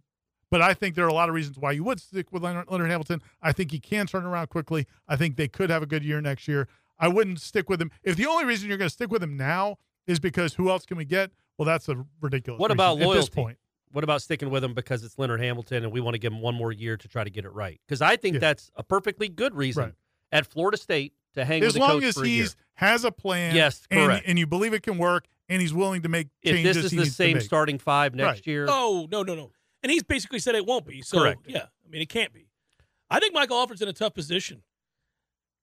Speaker 3: but I think there are a lot of reasons why you would stick with Leonard, Leonard Hamilton. I think he can turn around quickly. I think they could have a good year next year. I wouldn't stick with him. If the only reason you're going to stick with him now is because who else can we get? Well, that's a ridiculous.
Speaker 4: What
Speaker 3: reason
Speaker 4: about
Speaker 3: At this
Speaker 4: loyalty?
Speaker 3: point,
Speaker 4: What about sticking with him because it's Leonard Hamilton and we want to give him one more year to try to get it right? Because I think
Speaker 3: Yeah.
Speaker 4: that's a perfectly good reason
Speaker 3: Right.
Speaker 4: at Florida State to hang
Speaker 3: as
Speaker 4: with a
Speaker 3: long
Speaker 4: coach
Speaker 3: as
Speaker 4: for a year.
Speaker 3: he's has a plan,
Speaker 4: Yes,
Speaker 3: and,
Speaker 4: correct.
Speaker 3: and you believe it can work, and he's willing to make
Speaker 4: If
Speaker 3: changes.
Speaker 4: this is
Speaker 3: he
Speaker 4: the
Speaker 3: needs to
Speaker 4: same
Speaker 3: make.
Speaker 4: starting five next
Speaker 3: Right.
Speaker 4: year,
Speaker 2: Oh no, no, no. And he's basically said it won't be. So
Speaker 4: Correct.
Speaker 2: yeah, I mean it can't be. I think Michael Alford's in a tough position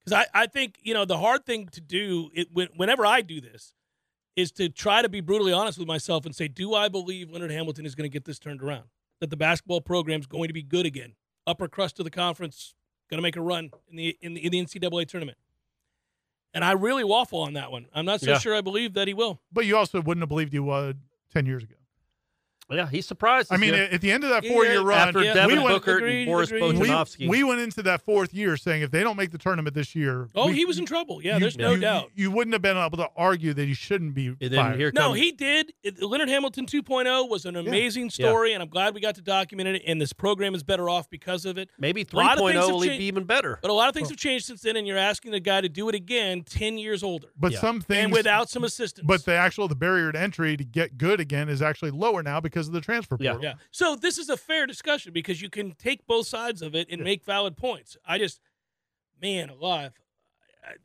Speaker 2: because I, I think you know the hard thing to do it when, whenever I do this is to try to be brutally honest with myself and say, do I believe Leonard Hamilton is going to get this turned around? That the basketball program's going to be good again, upper crust of the conference, going to make a run in the in the, in the NCAA tournament. And I really waffle on that one. I'm not so
Speaker 4: Yeah.
Speaker 2: sure I believe that he will.
Speaker 3: But you also wouldn't have believed he would 10 years ago.
Speaker 4: yeah, he's surprised.
Speaker 3: I mean, at the end of that four year
Speaker 2: Yeah,
Speaker 3: run,
Speaker 4: after
Speaker 2: yeah.
Speaker 4: Devin
Speaker 3: we went-
Speaker 4: Booker
Speaker 2: Agreed,
Speaker 4: and Boris
Speaker 2: agreed.
Speaker 3: we,
Speaker 4: Bojanovsky,
Speaker 3: we went into that fourth year saying if they don't make the tournament this year.
Speaker 2: Oh,
Speaker 3: we-
Speaker 2: he was in trouble. Yeah,
Speaker 3: you-
Speaker 2: there's no
Speaker 3: you-
Speaker 2: doubt.
Speaker 3: You wouldn't have been able to argue that he shouldn't be.
Speaker 4: and
Speaker 3: fired.
Speaker 4: then here
Speaker 2: No,
Speaker 4: comes
Speaker 2: he did. It- Leonard Hamilton 2.0 was an amazing story, and I'm glad we got to document it. And this program is better off because of it.
Speaker 4: maybe
Speaker 2: A lot of
Speaker 4: 3.0
Speaker 2: things
Speaker 3: oh
Speaker 2: have
Speaker 4: will
Speaker 2: changed.
Speaker 4: be even better.
Speaker 2: But a lot of things have changed since then, and you're asking the guy to do it again 10 years older
Speaker 3: But
Speaker 4: Yeah.
Speaker 3: some things.
Speaker 2: and without some assistance.
Speaker 3: But the actual the barrier to entry to get good again is actually lower now because of the transfer
Speaker 4: Yeah.
Speaker 3: portal.
Speaker 2: yeah. So this is a fair discussion because you can take both sides of it and make valid points. I just, man, alive.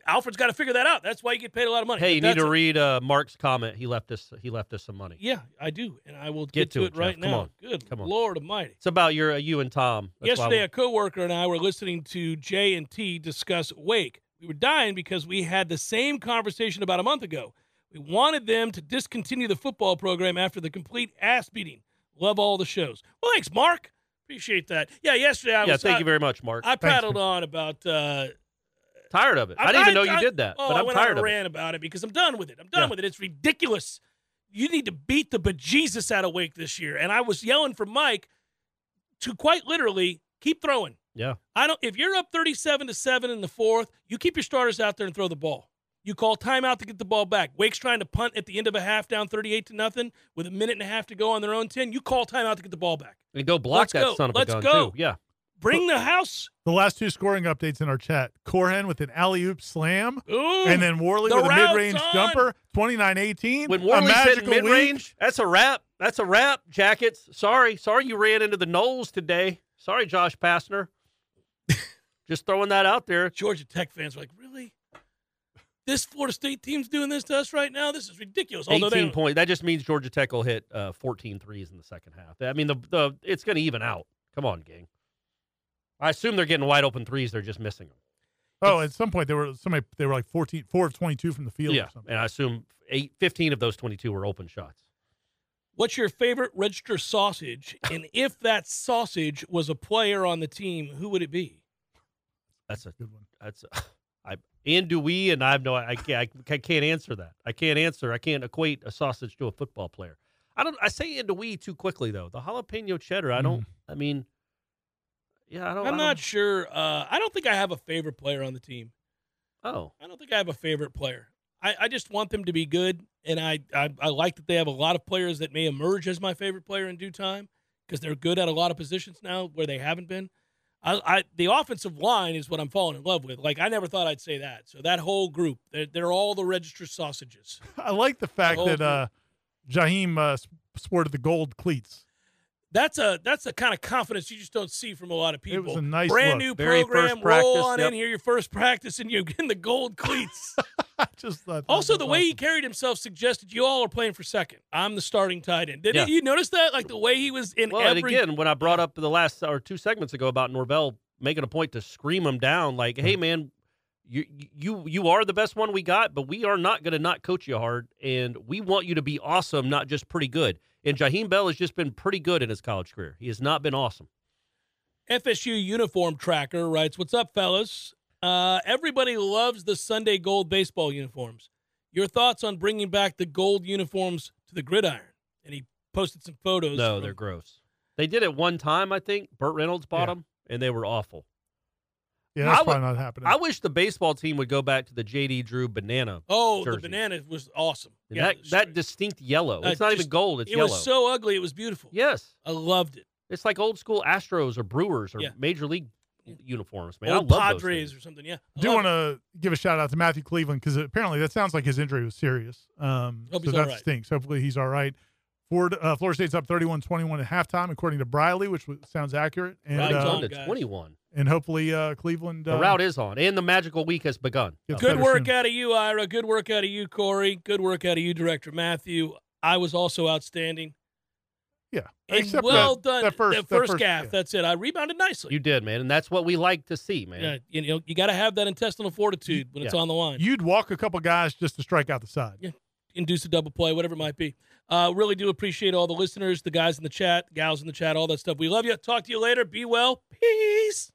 Speaker 2: Alfred's got to figure that out. That's why you get paid a lot of money.
Speaker 4: Hey, you
Speaker 2: That's
Speaker 4: need to
Speaker 2: a-
Speaker 4: read uh, Mark's comment. He left us. He left us some money.
Speaker 2: Yeah, I do, and I will
Speaker 4: Get
Speaker 2: get,
Speaker 4: to it, Jeff.
Speaker 2: right
Speaker 4: Come
Speaker 2: now.
Speaker 4: on.
Speaker 2: Good
Speaker 4: Come on.
Speaker 2: Lord Almighty.
Speaker 4: It's about your uh, you and Tom. That's why
Speaker 2: Yesterday,
Speaker 4: we-
Speaker 2: a coworker and I were listening to Jay and T discuss Wake. We were dying because we had the same conversation about a month ago. We wanted them to discontinue the football program after the complete ass beating. Love all the shows. Well, thanks, Mark. Appreciate that. Yeah, yesterday I
Speaker 4: yeah.
Speaker 2: was.
Speaker 4: thank
Speaker 2: I,
Speaker 4: you very much, Mark.
Speaker 2: I prattled on about. Uh,
Speaker 4: tired of it. I, didn't even know you did that,
Speaker 2: Oh,
Speaker 4: but
Speaker 2: I
Speaker 4: I'm
Speaker 2: went
Speaker 4: tired
Speaker 2: on a
Speaker 4: of it.
Speaker 2: rant about it because I'm done with it. I'm done
Speaker 4: Yeah.
Speaker 2: with it. It's ridiculous. You need to beat the bejesus out of Wake this year. And I was yelling for Mike to quite literally keep throwing.
Speaker 4: Yeah.
Speaker 2: I don't. If you're up 37 to seven in the fourth, you keep your starters out there and throw the ball. You call timeout to get the ball back. Wake's trying to punt at the end of a half, down 38 to nothing, with a minute and a half to go on their own 10. You call timeout to get the ball back.
Speaker 4: And go block
Speaker 2: Let's
Speaker 4: that
Speaker 2: go.
Speaker 4: son of
Speaker 2: Let's
Speaker 4: a gun
Speaker 2: go.
Speaker 4: too. Yeah.
Speaker 2: Bring the house.
Speaker 3: The last two scoring updates in our chat: Corhan with an alley oop slam,
Speaker 2: Ooh.
Speaker 3: and then Worley
Speaker 2: The
Speaker 3: with a
Speaker 2: route's
Speaker 3: mid-range
Speaker 2: on.
Speaker 3: jumper, 29-18.
Speaker 4: When
Speaker 3: a
Speaker 4: Warley's hitting
Speaker 3: magical week.
Speaker 4: mid range, that's a wrap. That's a wrap, jackets. Sorry. Sorry you ran into the Knowles today. Sorry, Josh Pastner. Just throwing that out there.
Speaker 2: Georgia Tech fans were like, really? this Florida State team's doing this to us right now. This is ridiculous. Although they,
Speaker 4: 18 point. That just means Georgia Tech will hit uh, 14 threes in the second half. I mean, the the it's going to even out. Come on, gang. I assume they're getting wide open threes. They're just missing them.
Speaker 3: Oh, at some point they were somebody they were like 14, 4 of twenty two from the field.
Speaker 4: yeah,
Speaker 3: or something.
Speaker 4: and I assume eight, 15 of those 22 were open shots.
Speaker 2: what's your favorite register sausage? And if that sausage was a player on the team, who would it be?
Speaker 4: That's a
Speaker 3: Good one.
Speaker 4: that's a, I and do we and I have no I can't I, I can't answer that. I can't answer. I can't equate a sausage to a football player. I don't. I say and do we too quickly though. The jalapeno cheddar. I
Speaker 3: Mm.
Speaker 4: don't. I mean, yeah, I don't.
Speaker 2: I'm
Speaker 4: Oh, I
Speaker 2: not
Speaker 4: don't-
Speaker 2: sure. Uh, I don't think I have a favorite player on the team.
Speaker 4: Oh,
Speaker 2: I don't think I have a favorite player. I, I just want them to be good, and I, I I like that they have a lot of players that may emerge as my favorite player in due time because they're good at a lot of positions now where they haven't been. I, I the offensive line is what I'm falling in love with. Like I never thought I'd say that. So that whole group, they're, they're all the register sausages.
Speaker 3: I like the fact
Speaker 2: Oh,
Speaker 3: that uh, Jaheim uh, s- sported the gold cleats.
Speaker 2: That's a that's the kind of confidence you just don't see from a lot of
Speaker 3: It
Speaker 2: people.
Speaker 3: was a nice
Speaker 2: brand
Speaker 3: look.
Speaker 2: new
Speaker 4: Very first
Speaker 2: program. Roll
Speaker 4: practice,
Speaker 2: on
Speaker 4: yep.
Speaker 2: in here, your first practice, and you're getting the gold cleats.
Speaker 3: I just thought that
Speaker 2: Also,
Speaker 3: was
Speaker 2: the way he
Speaker 3: awesome.
Speaker 2: carried himself suggested you all are playing for second. I'm the starting tight end. Did
Speaker 4: Yeah.
Speaker 2: not you notice that? Like the way he was in
Speaker 4: well,
Speaker 2: every.
Speaker 4: and again, when I brought up the last or two segments ago about Norvell making a point to scream him down, like,
Speaker 2: Mm-hmm.
Speaker 4: "Hey, man, you you you are the best one we got, but we are not going to not coach you hard, and we want you to be awesome, not just pretty good." And Jaheim Bell has just been pretty good in his college career. He has not been awesome.
Speaker 2: FSU uniform tracker writes, "What's up, fellas? Uh, everybody loves the Sunday gold baseball uniforms. Your thoughts on bringing back the gold uniforms to the gridiron?" And he posted some photos.
Speaker 4: No,
Speaker 2: from-
Speaker 4: they're gross. They did it one time, I think. Burt Reynolds bought
Speaker 3: Yeah.
Speaker 4: them, and they were awful.
Speaker 3: yeah, that's
Speaker 4: I would-
Speaker 3: probably not happening.
Speaker 4: I wish the baseball team would go back to the JD Drew banana.
Speaker 2: Oh, the
Speaker 4: jerseys.
Speaker 2: banana was awesome.
Speaker 4: And
Speaker 2: Yeah,
Speaker 4: that that distinct yellow.
Speaker 2: Uh,
Speaker 4: It's not
Speaker 2: just-
Speaker 4: even gold. It's
Speaker 2: it
Speaker 4: yellow.
Speaker 2: was so ugly. It was beautiful.
Speaker 4: yes.
Speaker 2: I loved it.
Speaker 4: It's like old school Astros or Brewers or
Speaker 2: Yeah.
Speaker 4: Major League uniforms, man.
Speaker 2: Old
Speaker 4: I love those
Speaker 2: Padres
Speaker 4: things.
Speaker 2: or something. Yeah,
Speaker 3: I
Speaker 2: I
Speaker 3: do
Speaker 2: love
Speaker 3: want
Speaker 2: it.
Speaker 3: to give a shout out to Matthew Cleveland because apparently that sounds like his injury was serious. Um,
Speaker 2: Hope
Speaker 3: so
Speaker 2: he's
Speaker 3: that
Speaker 2: all right.
Speaker 3: stinks. Hopefully he's all right. Ford, uh, Florida State's up 31-21 at halftime, according to Briley, which was, sounds accurate. And
Speaker 2: Right
Speaker 4: Routes
Speaker 3: uh,
Speaker 2: on.
Speaker 4: on to
Speaker 2: guys.
Speaker 4: 21.
Speaker 3: and hopefully uh, Cleveland uh,
Speaker 4: The route is on, and the magical week has begun. Uh,
Speaker 3: gets
Speaker 2: Good
Speaker 3: better
Speaker 2: work
Speaker 3: soon.
Speaker 2: out of you, Ira. Good work out of you, Corey. Good work out of you, Director Matthew. I was also outstanding.
Speaker 3: Yeah,
Speaker 2: And
Speaker 3: except
Speaker 2: well
Speaker 3: that,
Speaker 2: done.
Speaker 3: that first,
Speaker 2: the
Speaker 3: that
Speaker 2: first, half.
Speaker 3: yeah.
Speaker 2: That's it. I rebounded nicely.
Speaker 4: You did, man, and that's what we like to see, man.
Speaker 2: yeah, you know, you got to have that intestinal fortitude when it's
Speaker 4: Yeah.
Speaker 2: on the line.
Speaker 3: You'd walk a couple guys just to strike out the side.
Speaker 2: Induce a double play, whatever it might be. Uh, really do appreciate all the listeners, the guys in the chat, gals in the chat, all that stuff. We love you. Talk to you later. Be well. Peace.